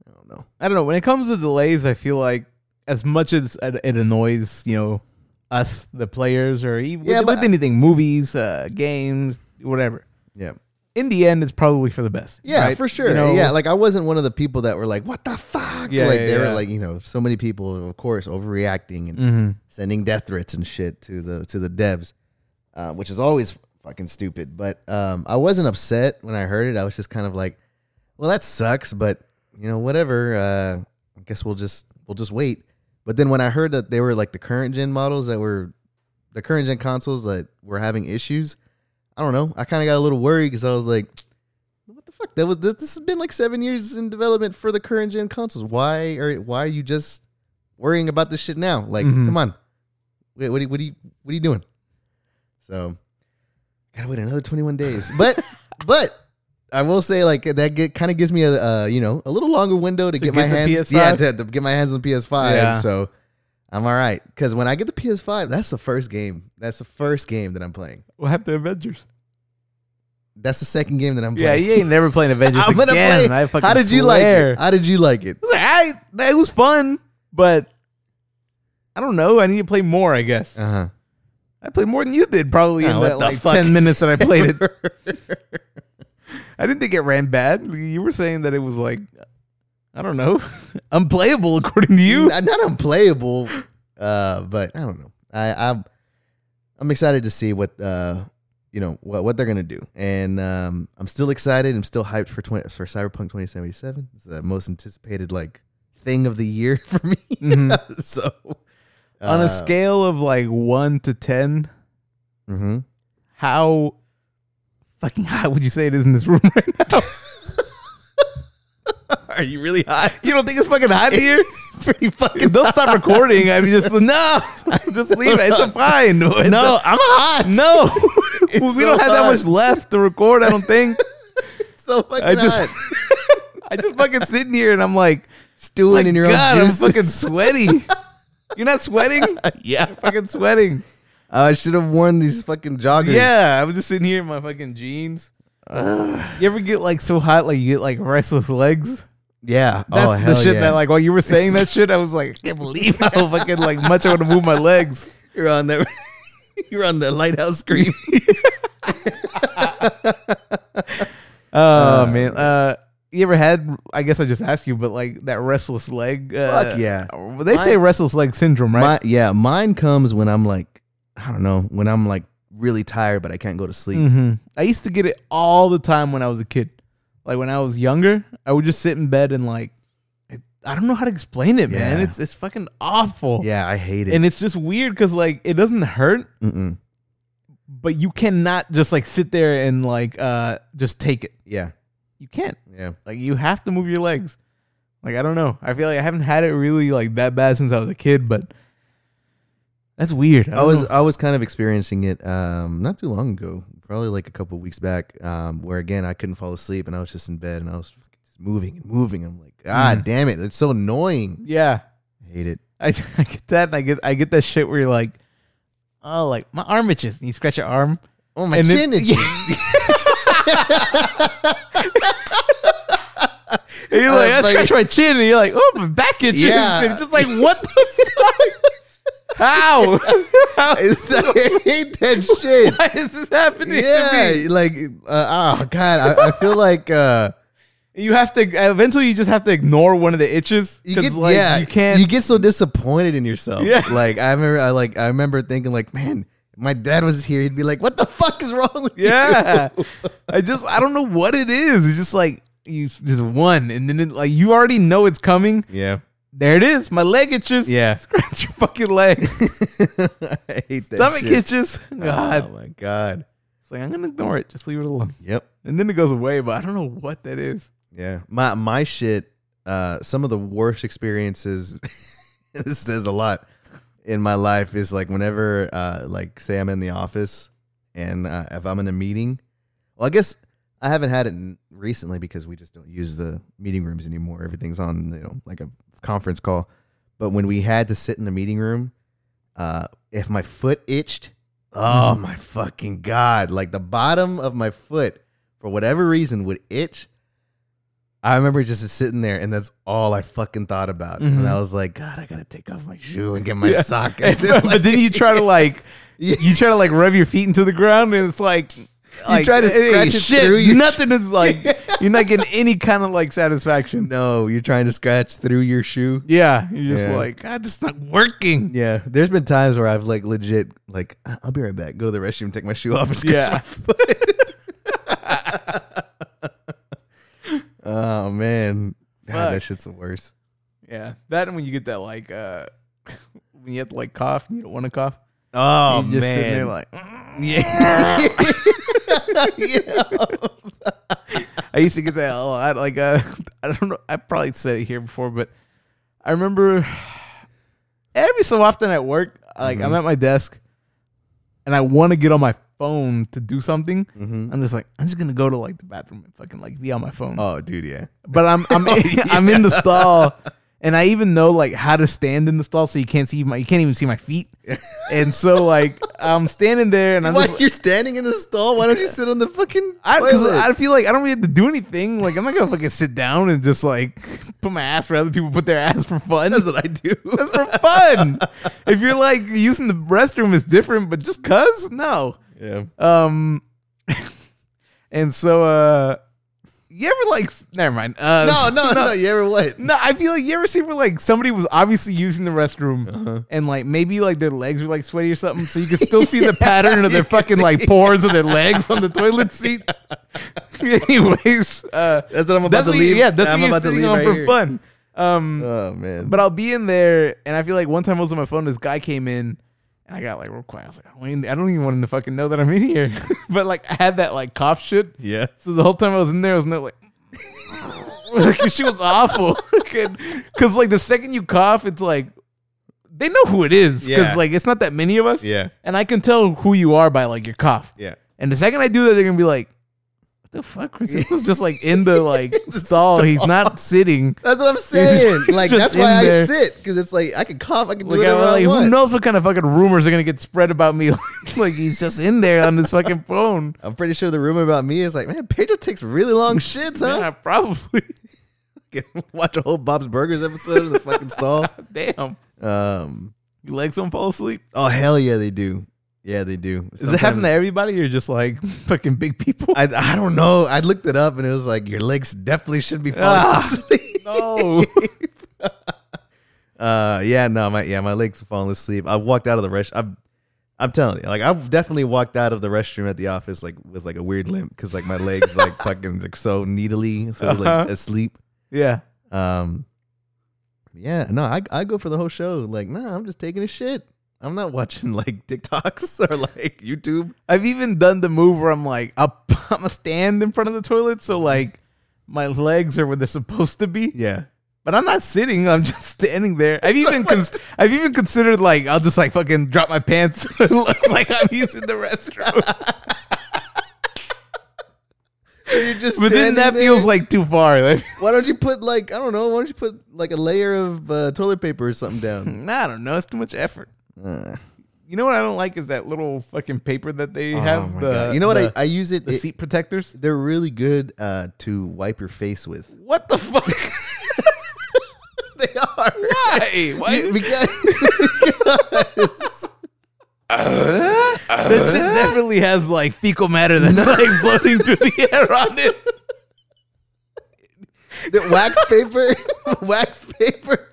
S1: I don't know.
S2: I don't know. When it comes to delays, I feel like as much as it it annoys, you know, us, the players, or even
S1: Yeah,
S2: with,
S1: but-
S2: with anything, movies, uh, games, whatever.
S1: Yeah,
S2: In the end, it's probably for the best.
S1: yeah,
S2: right?
S1: for sure.
S2: You know,
S1: yeah, like I wasn't one of the people that were like, what the fuck?
S2: Yeah,
S1: like
S2: yeah,
S1: they were
S2: yeah.
S1: like, you know, so many people, of course, overreacting and
S2: Mhm.
S1: sending death threats and shit to the to the devs, uh, which is always fucking stupid. But um, I wasn't upset when I heard it. I was just kind of like, well, that sucks, but you know, whatever. Uh, I guess we'll just we'll just wait. But then when I heard that they were like the current gen models that were the current gen consoles that were having issues, I don't know. I kind of got a little worried because I was like. What the fuck? That was this, this has been like seven years in development for the current gen consoles. Why are why are you just worrying about this shit now? Like,
S2: Mhm.
S1: come on, Wait, what are, you- what are you what are you doing? So gotta wait another 21 [LAUGHS] days. But but I will say like that get, kind of gives me a uh, you know a little longer window to, get, my
S2: get the
S1: hands
S2: PS5?
S1: yeah to, to get my hands on PS5.
S2: Yeah.
S1: So I'm all right because when I get the PS5, that's the first game. That's the first game that I'm playing.
S2: We'll have the Avengers.
S1: That's the second game that I'm
S2: Yeah,
S1: playing.
S2: you ain't never playing Avengers
S1: [LAUGHS] I'm gonna
S2: again.
S1: play.
S2: I fucking
S1: How did you
S2: swear.
S1: like it? How did you like it?
S2: I was like, I, that- it was fun, but I don't know. I need to play more. I guess
S1: Uh huh.
S2: I played more than you did probably
S1: Ah,
S2: in
S1: what
S2: that
S1: the
S2: like
S1: fuck?
S2: ten minutes that I played
S1: [LAUGHS]
S2: it. I didn't think it ran bad. You were saying that it was like I don't know. [LAUGHS] Unplayable according to you.
S1: Not, not unplayable, uh, but I don't know. I, I'm I'm excited to see what uh you know what what they're gonna do, and um, I'm still excited. I'm still hyped for 20, for Cyberpunk 2077. It's the most anticipated like thing of the year [LAUGHS] for me.
S2: Mm-hmm.
S1: [LAUGHS] so
S2: On a scale of like one to ten,
S1: hmm
S2: how fucking hot would you say it is in this room [LAUGHS] right now?
S1: Are you really
S2: [LAUGHS]
S1: hot?
S2: you don't think it's
S1: [LAUGHS]
S2: fucking hot in here?
S1: Pretty fucking.
S2: [LAUGHS] They'll stop recording. I mean, just no, [LAUGHS] just leave it. It's a fine. [LAUGHS] No,
S1: No, I'm hot.
S2: no. [LAUGHS] we
S1: [LAUGHS] It's
S2: don't
S1: so
S2: have that
S1: hot.
S2: much left to record. I don't think.
S1: so fucking
S2: I just,
S1: hot.
S2: [LAUGHS] I just fucking sitting here and I'm like,
S1: Stewing
S2: my
S1: in your
S2: God,
S1: own
S2: I'm
S1: juice.
S2: fucking sweaty.
S1: [LAUGHS]
S2: You're not sweating?
S1: yeah,
S2: fucking sweating.
S1: Oh, I should have worn these fucking joggers.
S2: Yeah, I'm just sitting here in my fucking jeans. You ever get like so hot, like you get like restless legs?
S1: yeah.
S2: That's
S1: oh,
S2: the
S1: hell
S2: shit
S1: yeah.
S2: that like while you were saying that shit, I was like, I can't believe how fucking like much I want to move my legs.
S1: You're on that. [LAUGHS] You're on the lighthouse
S2: [LAUGHS]
S1: scream.
S2: Oh man. Uh you ever had I guess I just asked you, but like that restless leg uh,
S1: Fuck yeah.
S2: They say
S1: My-
S2: restless leg syndrome, right?
S1: My, yeah, mine comes when I'm like, I don't know, when I'm like really tired, but I can't go to sleep.
S2: hmm I used to get it all the time when I was a kid. Like when I was younger, I would just sit in bed and like, it, I don't know how to explain it, man.
S1: Yeah.
S2: It's it's fucking awful.
S1: Yeah, I hate it.
S2: And it's just weird because like it doesn't hurt,
S1: Mm-mm.
S2: but you cannot just like sit there and like uh just take it.
S1: Yeah,
S2: You can't.
S1: yeah.
S2: Like you have to move your legs. Like I don't know. I feel like I haven't had it really like that bad since I was a kid, but that's weird.
S1: I was I was kind of experiencing it um not too long ago, probably like a couple weeks back, um where again I couldn't fall asleep and I was just in bed and I was fucking just moving and moving. I'm like, ah,
S2: Mm.
S1: damn it, it's so annoying.
S2: yeah. [LAUGHS]
S1: I hate it.
S2: I, I get that. And I get I get that shit where you're like, oh, like my arm itches. And you scratch your arm.
S1: Oh my
S2: And it-
S1: chin
S2: [LAUGHS]
S1: itches.
S2: And you're like,
S1: Uh,
S2: I
S1: but-
S2: scratch my chin. And you're like, oh, my
S1: [LAUGHS]
S2: back itches.
S1: Yeah.
S2: And it's [LAUGHS] just like, what the [LAUGHS] fuck? How? How
S1: It's- [LAUGHS] I hate that
S2: [LAUGHS]
S1: shit.
S2: why is this happening? To me?
S1: Yeah, like uh, oh god, I, I feel like uh
S2: You have to, eventually, you just have to ignore one of the itches.
S1: you
S2: [LAUGHS] 'cause,
S1: get
S2: like,
S1: yeah,
S2: you can't.
S1: you get so disappointed in yourself.
S2: Yeah.
S1: [LAUGHS] like I remember, I like I remember thinking like, man, if my dad was here, he'd be like, what the fuck is wrong with you? [LAUGHS]
S2: yeah. I just, I don't know what it is. It's just like, you just one. And then, it, like, you already know it's coming.
S1: Yeah,
S2: There it is. My leg itches.
S1: Yeah.
S2: [LAUGHS] Scratch your fucking leg.
S1: I hate [LAUGHS] that.
S2: Stomach
S1: shit.
S2: itches. God.
S1: Oh my god.
S2: It's like, I'm going to ignore it. Just leave it alone.
S1: Yep.
S2: And then it goes away, but I don't know what that is.
S1: Yeah. My my shit. Uh, some of the worst experiences. [LAUGHS] this says a lot in my life is like whenever uh like say I'm in the office and uh, if I'm in a meeting. Well, I guess I haven't had it n- recently because we just don't use the meeting rooms anymore. Everything's on you know like a conference call. But when we had to sit in the meeting room, uh, if my foot itched, oh my fucking god! Like the bottom of my foot, for whatever reason, would itch. I remember just sitting there, and that's all I fucking thought about. And
S2: Mm-hmm.
S1: I was like, God, I gotta take off my shoe and get my
S2: [LAUGHS]
S1: sock. [LAUGHS] [LAUGHS] And
S2: but then you try to like,
S1: [LAUGHS] Yeah.
S2: you try to like rub your feet into the ground, and it's like, you
S1: try to scratch it
S2: shit,
S1: through your-
S2: nothing is
S1: [LAUGHS]
S2: like, you're not getting any kind of like satisfaction.
S1: no, you're trying to scratch through your shoe.
S2: Yeah, you're just
S1: Yeah.
S2: like, God, this is not working.
S1: Yeah, there's been times where I've like legit like "I- I'll be right back. Go to the restroom, take my shoe off, [LAUGHS] and scratch
S2: Yeah.
S1: my foot. [LAUGHS] oh man, God, that
S2: Fuck.
S1: shit's the worst.
S2: Yeah, that and when you get that like, uh [LAUGHS] when you have to like cough and you don't want to cough,
S1: Oh
S2: you're just sitting there like, "Mm."
S1: yeah. [LAUGHS]
S2: I used to get that a lot. Like, uh, [LAUGHS] I don't know. I probably said it here before, but I remember every so often at work, like I'm at my desk and I want to get on my phone to do something. I'm just like, I'm just gonna go to like the bathroom and fucking like be on my phone.
S1: Oh, dude, yeah.
S2: But I'm [LAUGHS] I'm I'm in the stall. And I even know like how to stand in the stall, so you can't see my you can't even see my [LAUGHS] feet. And so like I'm standing there, and I'm
S1: Why
S2: just
S1: you're standing in the stall? Why don't you sit on the fucking?
S2: I, cause
S1: toilet? [LAUGHS]
S2: I feel like I don't really have to do anything. Like I'm not gonna fucking sit down and just like put my ass where other people put their ass for fun. That's what I do. That's for fun. if you're like using the restroom is different, but just cause no. [LAUGHS]
S1: yeah.
S2: Um, and so uh, You ever like? Never mind. Uh,
S1: No,
S2: [LAUGHS]
S1: no, no, You ever what?
S2: No, I feel like you ever see where like somebody was obviously using the restroom
S1: Uh-huh.
S2: and like maybe like their legs were like sweaty or something, so you could
S1: [LAUGHS]
S2: still see the pattern of their fucking like pores of their legs on the
S1: [LAUGHS]
S2: toilet seat. [LAUGHS] Anyways, uh,
S1: That's what I'm about
S2: that's
S1: to
S2: what you-
S1: leave.
S2: yeah, that's
S1: I'm
S2: what you're
S1: about to
S2: sitting
S1: leave
S2: on
S1: right
S2: for
S1: here.
S2: fun. Um,
S1: Oh man.
S2: but I'll be in there, and I feel like one time I was on my phone, this guy came in, and I got like real quiet. I was like, I don't even- I don't even want him to fucking know that I'm in here. [LAUGHS] but like I had that like cough shit.
S1: yeah.
S2: So the whole time I was in there, I was not like, [LAUGHS] like she was awful. [LAUGHS] Because like the second you cough, it's like they know who it is. Because
S1: Yeah.
S2: like it's not that many of us,
S1: Yeah.
S2: and I can tell who you are by like your cough.
S1: Yeah.
S2: And the second I do that, they're gonna be like, "What the fuck? Francisco's just like
S1: [LAUGHS]
S2: in the like stall. He's not sitting."
S1: That's
S2: [LAUGHS]
S1: what I'm saying. Like
S2: Just
S1: that's why
S2: in
S1: I
S2: there.
S1: sit because it's like I can cough, I can do
S2: Like, I,
S1: whatever
S2: like
S1: I want.
S2: who knows what kind of fucking rumors are gonna get spread about me? [LAUGHS] like he's just in there on his fucking phone.
S1: I'm pretty sure the rumor about me is like, man, Pedro takes really
S2: [LAUGHS]
S1: long shits, huh?
S2: Yeah, probably.
S1: [LAUGHS] Watch a whole Bob's Burgers episode of the fucking stall.
S2: [LAUGHS] Damn,
S1: Um,
S2: your legs don't fall asleep.
S1: oh hell yeah, they do. Yeah, they do.
S2: Does it happen to everybody or just like [LAUGHS] fucking big people?
S1: I, I don't know. I looked it up and it was like your legs definitely should be falling
S2: Ah.
S1: [LAUGHS] asleep.
S2: [LAUGHS] no.
S1: Uh, yeah, no, my yeah, my legs are falling asleep. I've walked out of the rest. I'm, I'm telling you, like I've definitely walked out of the restroom at the office like with like a weird limp because like my legs
S2: [LAUGHS]
S1: like fucking like so needily sort of like
S2: Uh-huh.
S1: asleep.
S2: yeah.
S1: Um, yeah, no, I I go for the whole show. Like, nah, I'm just taking a shit. I'm not watching [LAUGHS] like TikToks [LAUGHS] or like YouTube.
S2: I've even done the move where I'm like, I'll, [LAUGHS] I'm going to stand in front of the toilet. So, like, my legs are where they're supposed to be.
S1: Yeah,
S2: But I'm not sitting. I'm just standing there. I've even cons- I've even considered, like, I'll just, like, fucking drop my pants. [LAUGHS] it looks like I'm using
S1: [LAUGHS]
S2: the restroom.
S1: you just.
S2: [LAUGHS] But then
S1: standing
S2: that
S1: there.
S2: feels, like, too far. Like, [LAUGHS]
S1: Why don't you put like I don't know? Why don't you put like a layer of uh, toilet paper or something down?
S2: [LAUGHS] nah, I don't know. It's too much effort.
S1: Uh,
S2: You know what I don't like is that little fucking paper that they
S1: oh my
S2: have. The,
S1: God. You know what?
S2: the-
S1: I, I use it.
S2: the
S1: it-
S2: seat protectors.
S1: They're really good uh, to wipe your face
S2: [LAUGHS]
S1: with.
S2: What the fuck?
S1: They are.
S2: Why? [LAUGHS] Why?
S1: because
S2: That shit definitely has like fecal matter that's like floating through the air on it.
S1: [LAUGHS] the wax paper, [LAUGHS] wax paper,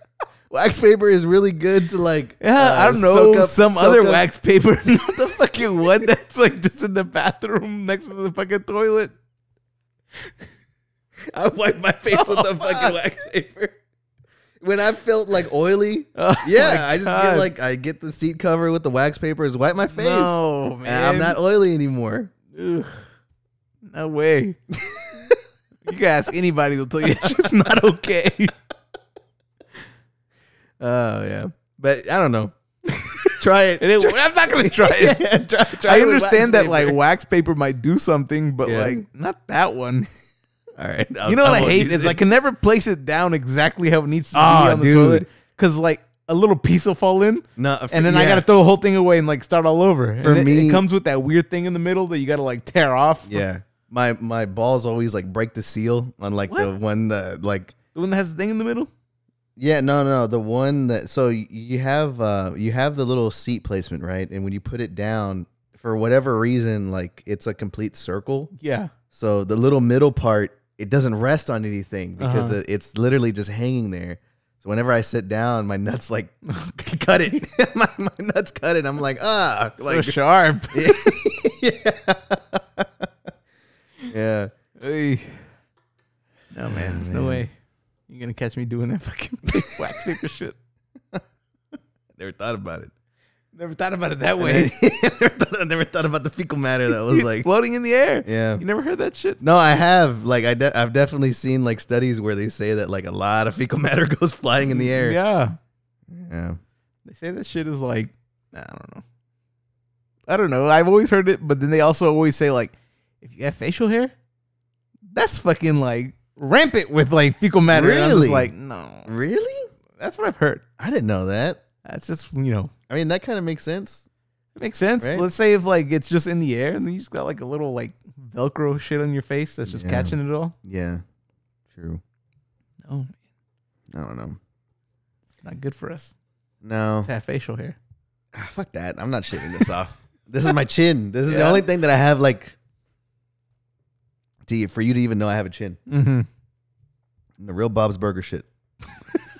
S1: wax paper is really good to like.
S2: Yeah, I
S1: uh,
S2: don't know
S1: soak up-
S2: some
S1: soak
S2: other
S1: up-
S2: wax [LAUGHS] paper, not the fucking one that's like just in the bathroom next to the fucking toilet.
S1: [LAUGHS] I wipe my face with
S2: [LAUGHS] Oh
S1: the fucking wax paper. When I felt like oily,
S2: [LAUGHS] Oh
S1: yeah,
S2: my
S1: I just get
S2: God.
S1: like I get the seat cover with the wax paper, just wipe my face.
S2: No
S1: and
S2: man,
S1: I'm not oily anymore.
S2: Ugh. No [LAUGHS] way. you can ask anybody; they'll tell you it's just not okay.
S1: Oh yeah, but I don't
S2: [LAUGHS]
S1: know. try it.
S2: [LAUGHS] And it- I'm not gonna try [LAUGHS]
S1: [LAUGHS]
S2: it.
S1: Yeah, try- try
S2: I
S1: it with wax
S2: understand that
S1: paper.
S2: like wax paper might do something, but
S1: Yeah.
S2: like not that one.
S1: All right.
S2: You know what I hate is I can never place it down exactly how it needs to
S1: Ah,
S2: be on the
S1: dude.
S2: toilet because like a little piece will fall in,
S1: no,
S2: and then I gotta throw the whole thing away and like start all over.
S1: For
S2: and it-
S1: me-
S2: it comes with that weird thing in the middle that you gotta like tear off.
S1: yeah. My my balls always like break the seal on like the one that like
S2: the one that has the thing in the middle.
S1: yeah no no the one that so y- you have uh you have the little seat placement right and when you put it down for whatever reason like it's a complete circle
S2: Yeah,
S1: so the little middle part it doesn't rest on anything because
S2: Uh-huh.
S1: it- it's literally just hanging there so whenever I sit down my nuts like [LAUGHS] cut it [LAUGHS] my, my nuts cut it I'm like ah
S2: like
S1: like [LAUGHS]
S2: [LAUGHS] so sharp.
S1: yeah
S2: Ey. No man, there's no way you're gonna catch me doing that [LAUGHS] fucking big
S1: [LAUGHS]
S2: wax paper shit.
S1: never thought about it.
S2: Never thought about it that [LAUGHS]
S1: I
S2: way.
S1: never, thought, I never thought about the fecal matter that was
S2: [LAUGHS] It's
S1: like
S2: floating in the air.
S1: yeah
S2: You never heard that shit?
S1: no i have like I de- i've definitely seen like studies where they say that like a lot of fecal [LAUGHS] matter goes flying in the air yeah,
S2: Yeah. They say that shit is like, nah, I don't know. I don't know. I've always heard it, but then they also always say like, if you have facial hair, that's fucking like rampant with like fecal matter. And I'm
S1: Really?
S2: just like, no,
S1: really
S2: that's what I've heard.
S1: i didn't know that
S2: That's just you know,
S1: i mean that kind of makes sense
S2: it makes sense.
S1: Right.
S2: Let's say if like it's just in the air and then you just got like a little like Velcro shit on your face that's just
S1: Yeah.
S2: catching it all.
S1: yeah true
S2: No,
S1: i don't know
S2: it's not good for us
S1: no
S2: to have facial hair.
S1: Ah, fuck that i'm not shaving this off this is my chin this is the
S2: Yeah.
S1: only thing that i have like to for you to even know I have a chin.
S2: Mm-hmm.
S1: The real Bob's Burger shit. [LAUGHS]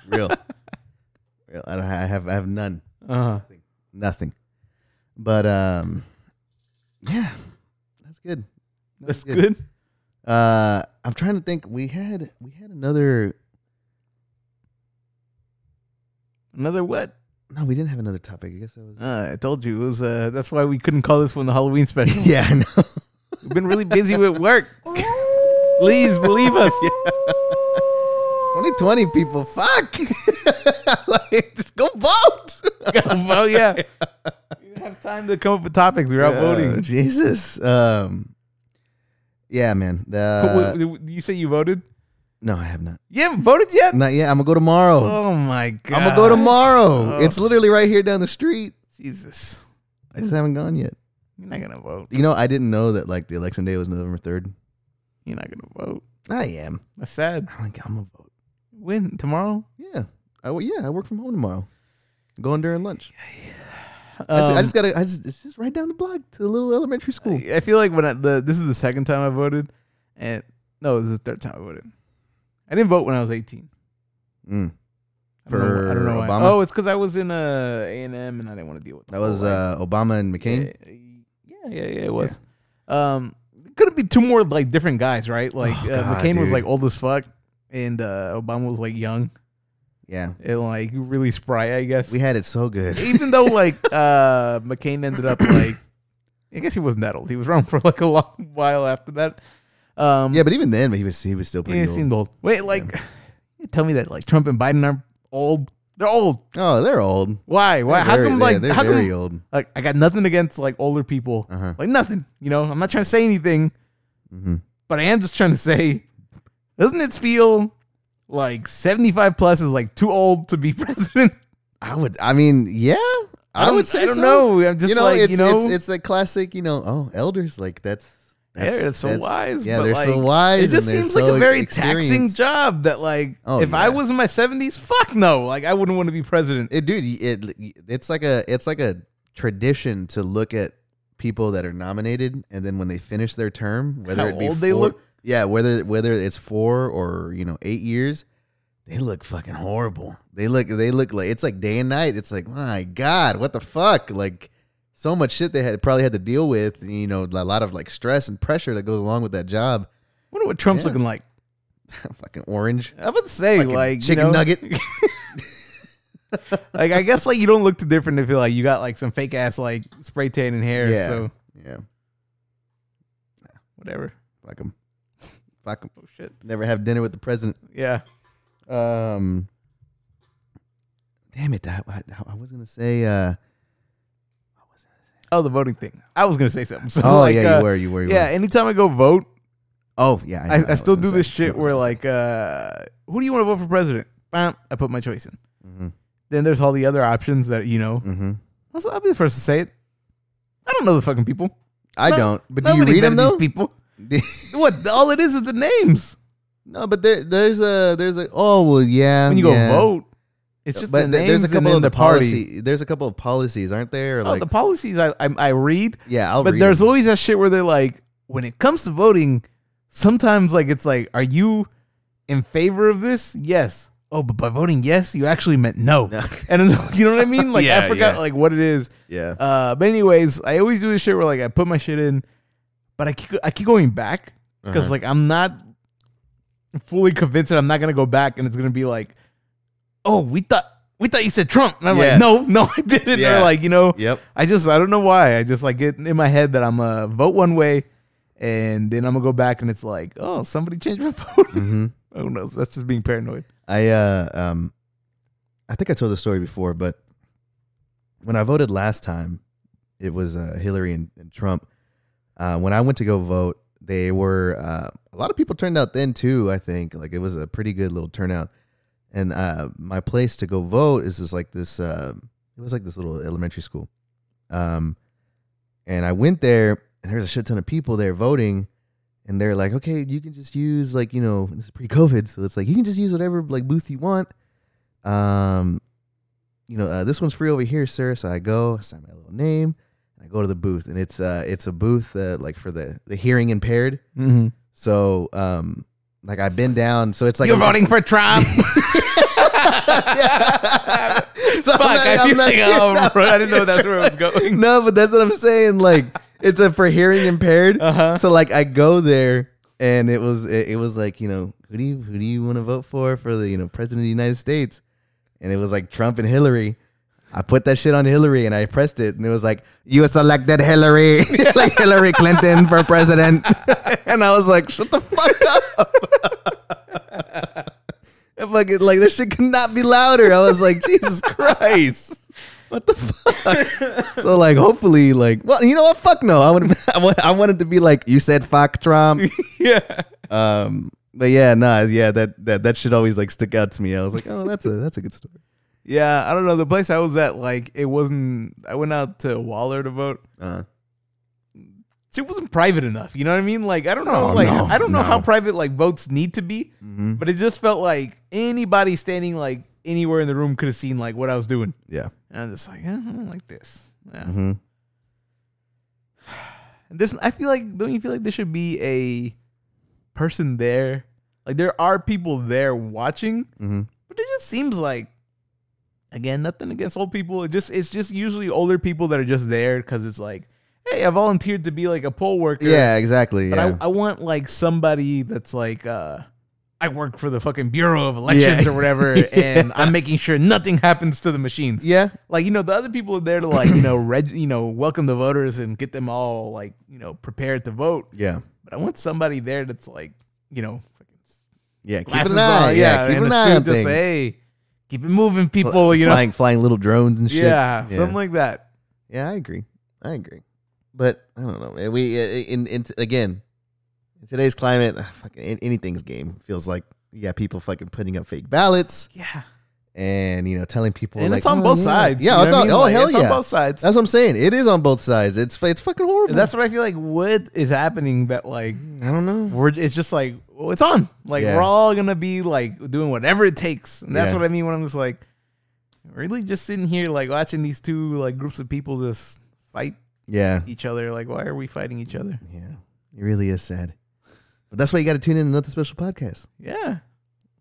S1: real. real. I don't I have I have none.
S2: Uh-huh.
S1: Nothing. But um yeah. That's good.
S2: That's good.
S1: Uh I'm trying to think we had we had another
S2: Another what?
S1: no, we didn't have another topic. I guess that was
S2: Uh, I told you it was. Uh, that's why we couldn't call this one the Halloween special.
S1: [LAUGHS] Yeah, I know.
S2: We've been really busy with work. Please
S1: [LAUGHS]
S2: believe us.
S1: 2020 people, fuck. [LAUGHS] like, just go
S2: [LAUGHS]
S1: vote.
S2: well, yeah.
S1: [LAUGHS]
S2: We didn't have time to come up with topics. We were out
S1: Oh,
S2: voting.
S1: Jesus. Um Yeah, man. Uh,
S2: W- w- you say you voted?
S1: no, I have not.
S2: You haven't voted yet?
S1: Not yet. I'm gonna go tomorrow.
S2: Oh my god!
S1: I'm gonna go tomorrow.
S2: Oh.
S1: It's literally right here down the street.
S2: Jesus,
S1: I just haven't gone yet.
S2: you're not gonna vote.
S1: You know, I didn't know that like the election day was November third.
S2: You're not gonna vote.
S1: I am.
S2: That's sad.
S1: I'm like, I'm gonna vote.
S2: When tomorrow?
S1: Yeah. I w- yeah. I work from home tomorrow. Going during lunch.
S2: Um,
S1: I, just, I just gotta. I just it's just right down the block to the little elementary school.
S2: I feel like when I, the this is the second time I voted, and no, this is the third time I voted. I didn't vote when I was 18.
S1: Mm.
S2: I don't know- I
S1: For
S2: don't know why.
S1: Obama?
S2: Oh, it's because I was in uh, A and M, and I didn't want to deal with the
S1: That was
S2: whole, like,
S1: uh, Obama and McCain.
S2: Oh, Eh, Yeah, yeah, yeah, it was. Um, could it be two more like different guys, right? Like
S1: Oh,
S2: uh,
S1: God,
S2: McCain was
S1: dude.
S2: like old as fuck, and uh, Obama was like young
S1: Yeah,
S2: and like really spry, I guess.
S1: we had it so good.
S2: [LAUGHS] Even though like uh, McCain ended up like, I guess he wasn't that old. He was around for like a long while after that. Um,
S1: [LAUGHS] yeah, but even then, he was he was still pretty
S2: he
S1: old.
S2: seemed old. Wait, like, [SIGHS] you tell me that like Trump and Biden aren't old? They're old.
S1: oh, they're old.
S2: Why? Why?
S1: They're
S2: How
S1: very-
S2: come
S1: yeah,
S2: like
S1: they're
S2: how come
S1: very old.
S2: like I got nothing against like older people.
S1: Uh-huh.
S2: Like nothing. You know, I'm not trying to say anything,
S1: Mhm.
S2: but I am just trying to say, doesn't it feel like 75 plus is like too old to be [LAUGHS] president?
S1: I would. I mean, yeah, I,
S2: don't-
S1: would say.
S2: I don't
S1: so.
S2: know. I'm just
S1: you know,
S2: like
S1: it's,
S2: you know,
S1: it's, it's a classic. You know, oh, elders like that's.
S2: yeah, it's so
S1: that's-
S2: wise.
S1: Yeah,
S2: but
S1: they're
S2: like,
S1: so wise.
S2: It just
S1: and they're
S2: seems like
S1: so
S2: a very taxing
S1: experienced.
S2: job. That like,
S1: Oh,
S2: if I
S1: yeah.
S2: was in my 70s, fuck no, like I wouldn't want to be president.
S1: It, dude, it it's like a it's like a tradition to look at people that are nominated, and then when they finish their term, whether
S2: How
S1: it be
S2: old they
S1: four-
S2: look?
S1: yeah, whether whether it's four or you know eight years, they look fucking horrible. They look they look like it's like day and night. It's like my god, what the fuck? Like so much shit they had probably had to deal with. You know, a lot of like stress and pressure that goes along with that job. [LAUGHS]
S2: wonder what Trump's
S1: Yeah.
S2: looking like.
S1: fucking orange,
S2: I would say
S1: fucking
S2: like
S1: chicken
S2: you know, [LAUGHS]
S1: nugget.
S2: like I guess like you don't look too different if you like you got like some fake ass like spray tan and hair.
S1: Yeah.
S2: So
S1: yeah,
S2: whatever.
S1: fuck them, fuck 'em.
S2: Oh shit.
S1: Never have dinner with the president.
S2: Yeah.
S1: Um, damn it! I, I, I was gonna say. Uh,
S2: Oh, the voting thing. I was gonna say something. [LAUGHS] So,
S1: oh
S2: like,
S1: yeah,
S2: uh,
S1: you were, you were, you
S2: Yeah.
S1: were.
S2: Anytime I go vote,
S1: Oh yeah, know,
S2: I, I
S1: was
S2: still
S1: gonna
S2: do
S1: say.
S2: this shit
S1: I was
S2: where
S1: gonna
S2: like, uh, who do you want to vote for president? Bam, I put my choice in.
S1: say. Mhm,
S2: Then there's all the other options that you know.
S1: mhm.
S2: I'll, I'll be the first to say it. I don't know the fucking people.
S1: I
S2: No-
S1: don't. But do you
S2: Nobody
S1: read them
S2: better these
S1: though? [LAUGHS]
S2: People. What? All it is is the names.
S1: no, but there, there's a, there's a. Oh well, yeah.
S2: When you go
S1: yeah.
S2: vote, it's just
S1: but
S2: the
S1: there-
S2: names
S1: there's a
S2: and
S1: couple
S2: then
S1: of
S2: the
S1: the
S2: party.
S1: policy. There's a couple of policies, aren't there? Or,
S2: Oh,
S1: like,
S2: the policies I I, I read,
S1: yeah, I'll
S2: but
S1: read
S2: there's
S1: 'em.
S2: always that shit where they're like, when it comes to voting, sometimes like it's like, are you in favor of this? Yes. Oh, but by voting yes, you actually meant no.
S1: No.
S2: [LAUGHS] And it's- you know what I mean? Like
S1: Yeah,
S2: I forgot
S1: yeah.
S2: like what it is.
S1: yeah.
S2: Uh, but anyways, I always do this shit where like I put my shit in, but I keep I keep going back because
S1: Uh-huh.
S2: like I'm not fully convinced that I'm not gonna go back and it's gonna be like, oh, we thought we thought you said Trump. And I'm
S1: Yeah.
S2: like, no, no, [LAUGHS] I didn't.
S1: Yeah.
S2: Or like you know,
S1: Yep.
S2: I just I don't know why. I just like get in my head that I'm a uh, vote one way, and then I'm gonna go back and it's like, oh, somebody changed my [LAUGHS] vote.
S1: Mm-hmm.
S2: Who knows? That's just being paranoid.
S1: I uh um I think I told the story before, but when I voted last time, it was uh, Hillary and, and Trump. Uh, when I went to go vote, they were uh, a lot of people turned out then too. I think like it was a pretty good little turnout, and uh, my place to go vote is just like this. Uh, it was like this little elementary school, um, and I went there, and there's a shit ton of people there voting, and they're like, okay, you can just use like you know this is pre-COVID, so it's like you can just use whatever like booth you want. Um, you know, uh, this one's free over here, sir. So I go, I sign my little name, and I go to the booth, and it's uh, it's a booth uh, like for the the hearing impaired.
S2: Mm-hmm.
S1: So, um, like I've been down. So it's like
S2: You're
S1: I'm-
S2: running
S1: [LAUGHS]
S2: for Trump.
S1: Yeah. [LAUGHS] So I'm
S2: Fuck,
S1: not-
S2: I
S1: I'm
S2: feel
S1: not- [LAUGHS]
S2: like
S1: yeah,
S2: oh,
S1: no,
S2: I didn't know that's where I was
S1: [LAUGHS]
S2: going.
S1: No, but that's what I'm saying. Like it's a for hearing impaired.
S2: Uh-huh.
S1: So like I go there and it was it, it was like you know who do you who do you want to vote for for the you know president of the United States, and it was like Trump and Hillary. I put that shit on Hillary and I pressed it and it was like you selected Hillary [LAUGHS] like Hillary Clinton for president, [LAUGHS] and I was like shut the fuck up. [LAUGHS] And fucking like this shit could not be louder. I was like Jesus Christ. What the fuck? so like, hopefully, like, well, you know what? Fuck no. I would, [LAUGHS] I want, I wanted to be like, you said fuck Trump.
S2: [LAUGHS] Yeah.
S1: Um, but yeah, nah, yeah, that that that should always like stick out to me. I was like, oh, that's a that's a good story.
S2: Yeah, I don't know. The place I was at, like, it wasn't. I went out to Waller to vote.
S1: Uh,
S2: It wasn't private enough. You know what I mean? Like, I don't know.
S1: Oh,
S2: like,
S1: no,
S2: I don't know how
S1: no.
S2: private like votes need to be,
S1: Mhm.
S2: but it just felt like anybody standing like anywhere in the room could have seen like what I was doing.
S1: yeah,
S2: And I'm just like, eh, I don't like this. Yeah.
S1: hmm Mm-hmm.
S2: This I feel like. Don't you feel like there should be a person there? Like, there are people there watching,
S1: hmm
S2: but it just seems like again nothing against old people it just it's just usually older people that are just there because it's like hey i volunteered to be like a poll worker
S1: yeah, exactly.
S2: but
S1: Yeah,
S2: I, I want like somebody that's like uh i work for the fucking bureau of
S1: [LAUGHS]
S2: elections
S1: Yeah.
S2: or whatever and i'm making sure nothing happens to the machines
S1: yeah,
S2: like you know the other people are there to
S1: [CLEARS THROAT]
S2: like you know reg- you know welcome the voters and get them all like you know prepared to vote
S1: yeah,
S2: but i want somebody there that's like you know
S1: yeah. Keep
S2: glasses
S1: an eye.
S2: on,
S1: yeah, keep
S2: and
S1: an
S2: a
S1: eye
S2: stoop
S1: on
S2: just
S1: things.
S2: hey keep it moving people you know
S1: flying flying little drones and shit.
S2: yeah, something like that.
S1: Yeah, I agree. I agree. But I don't know. man. We uh, in in again in today's climate, ah, fucking an- anything's game. Feels like you got people fucking putting up fake ballots
S2: Yeah,
S1: and you know telling people
S2: and
S1: like
S2: it's on
S1: "Oh,
S2: both
S1: yeah."
S2: sides.
S1: Yeah,
S2: you
S1: it's
S2: know what I
S1: on,
S2: mean?
S1: oh
S2: Like,
S1: hell
S2: it's
S1: yeah,
S2: on both sides.
S1: that's what I'm saying. It is on both sides. It's it's fucking horrible.
S2: That's what I feel like. What is happening? That like
S1: I don't know.
S2: we're it's just like well, it's on. Like
S1: Yeah.
S2: we're all gonna be like doing whatever it takes, and that's
S1: Yeah.
S2: what I mean when I'm just like really just sitting here like watching these two like groups of people just fight
S1: Yeah,
S2: each other. Like why are we fighting each other?
S1: yeah. It really is sad. But that's why you got to tune in to another special podcast.
S2: Yeah,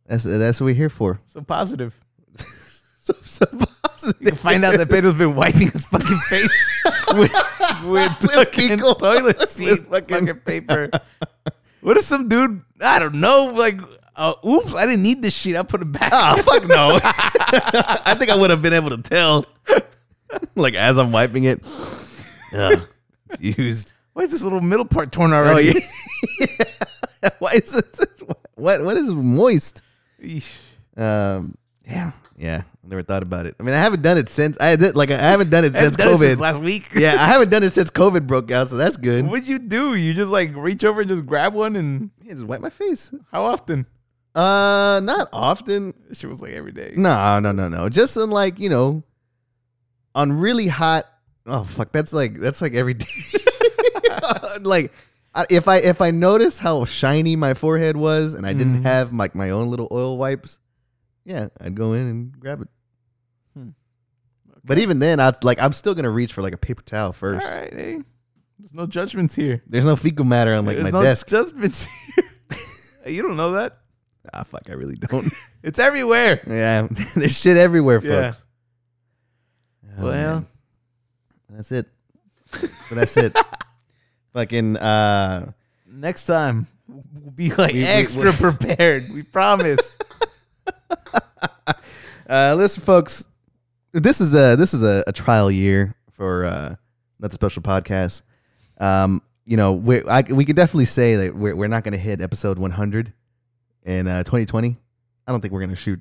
S1: That's that's what we're here for. [LAUGHS]
S2: so positive.
S1: So, [LAUGHS] so positive.
S2: You can find out
S1: [LAUGHS]
S2: that Pedro's been wiping his fucking face with, with fucking
S1: fecal- [LAUGHS]
S2: [LAUGHS] toilet seat
S1: with fucking-
S2: fucking, paper. What if some dude, I don't know, like, uh, oops, I didn't need this shit. I put it back.
S1: Oh, fuck no. [LAUGHS] I think I would have been able to tell. [LAUGHS] like as I'm wiping it. Yeah. It's [LAUGHS] used.
S2: Why is this little middle part torn
S1: Oh,
S2: already?
S1: [LAUGHS] Why is this what what is moist?
S2: [LAUGHS] Eesh.
S1: Um yeah. Yeah. I never thought about it. I mean I haven't done it since I did like I haven't done it since
S2: That was
S1: COVID.
S2: since last week.
S1: yeah, I haven't done it since COVID broke out, so that's good.
S2: [LAUGHS] What'd you do? You just like reach over and just grab one, and
S1: Yeah, just wipe my face.
S2: how often?
S1: Uh not often.
S2: She was like every day.
S1: No, no, no, no. Just on like, you know, on really hot. Oh fuck, that's like that's like every [LAUGHS] day. like I- if I if I notice how shiny my forehead was and I didn't
S2: Mhm.
S1: have like my own little oil wipes, yeah, I'd go in and grab it.
S2: Hmm.
S1: But even then, I like I'm still gonna reach for like a paper towel
S2: All
S1: first.
S2: right, hey. There's no judgments here.
S1: There's no fecal matter on like
S2: There's
S1: my
S2: no
S1: desk.
S2: judgments [LAUGHS] here. you don't know that.
S1: Ah, fuck, I really don't.
S2: It's everywhere.
S1: yeah, [LAUGHS] there's shit everywhere, folks.
S2: Yeah.
S1: Oh,
S2: well,
S1: man. that's it. But that's it. Fucking uh.
S2: next time we'll be like
S1: We- we-
S2: extra
S1: we-
S2: prepared. We promise. [LAUGHS]
S1: Uh, listen, folks, this is a this is a, a trial year for uh, not the special podcast. Um, you know, we I, we can definitely say that we're we're not going to hit episode 100 in uh, 2020. I don't think we're going to shoot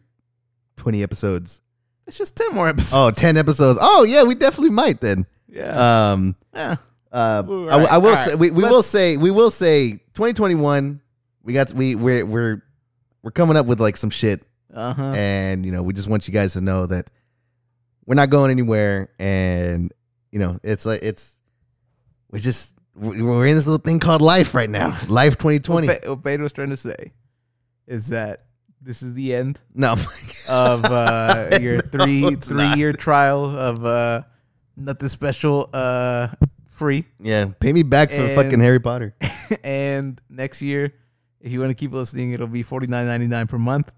S1: 20 episodes.
S2: it's just ten more episodes.
S1: Oh, 10 episodes. Oh, yeah, we definitely might then.
S2: yeah.
S1: Um,
S2: yeah.
S1: uh,
S2: All
S1: I, I will
S2: right,
S1: say
S2: all right.
S1: we, we will
S2: Let's-
S1: say we will say 2021. We got we we're we're we're coming up with like some shit
S2: Uh huh.
S1: and you know we just want you guys to know that we're not going anywhere and you know it's like it's we're just we're we're in this little thing called life right now life 2020
S2: What, Pe- what Pedro's trying to say is that this is the end
S1: no [LAUGHS]
S2: of uh, your three
S1: it's
S2: three
S1: not.
S2: year trial of uh, not the special uh, free, [LAUGHS]
S1: yeah pay me back for
S2: And- [LAUGHS]
S1: fucking harry potter
S2: and next year If you want to keep listening, it'll be forty nine ninety nine per month.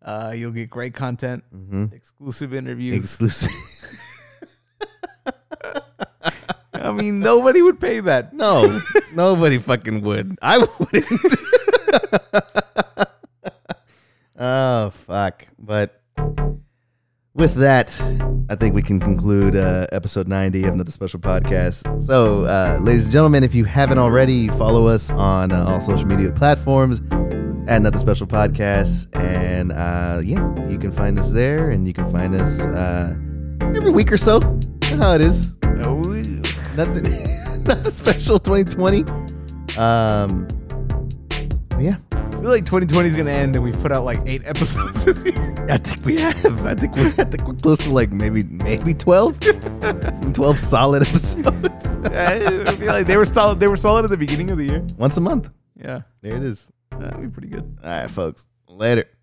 S2: Uh, you'll get great content,
S1: Mm-hmm.
S2: exclusive interviews.
S1: Exclusive.
S2: [LAUGHS] I mean, nobody would pay
S1: [LAUGHS]
S2: that.
S1: No, nobody fucking would. I wouldn't. [LAUGHS] oh fuck! But with that, I think we can conclude uh, episode ninety of another special podcast. So, uh, ladies and gentlemen, if you haven't already, follow us on uh, all social media platforms at Another Special Podcast, and uh, yeah, you can find us there, and you can find us uh, every week or so. You know how it is
S2: Oh,
S1: nothing [LAUGHS] nothing special 2020 um yeah
S2: I feel like 2020 is gonna end, and we've put out like eight episodes this year. [LAUGHS]
S1: i think we have i think we're i think we're close to like maybe maybe 12 12 solid episodes [LAUGHS]
S2: I feel like they were solid. They were solid at the beginning of the year.
S1: once a month
S2: Yeah,
S1: there it is
S2: that'd be pretty good.
S1: all right folks later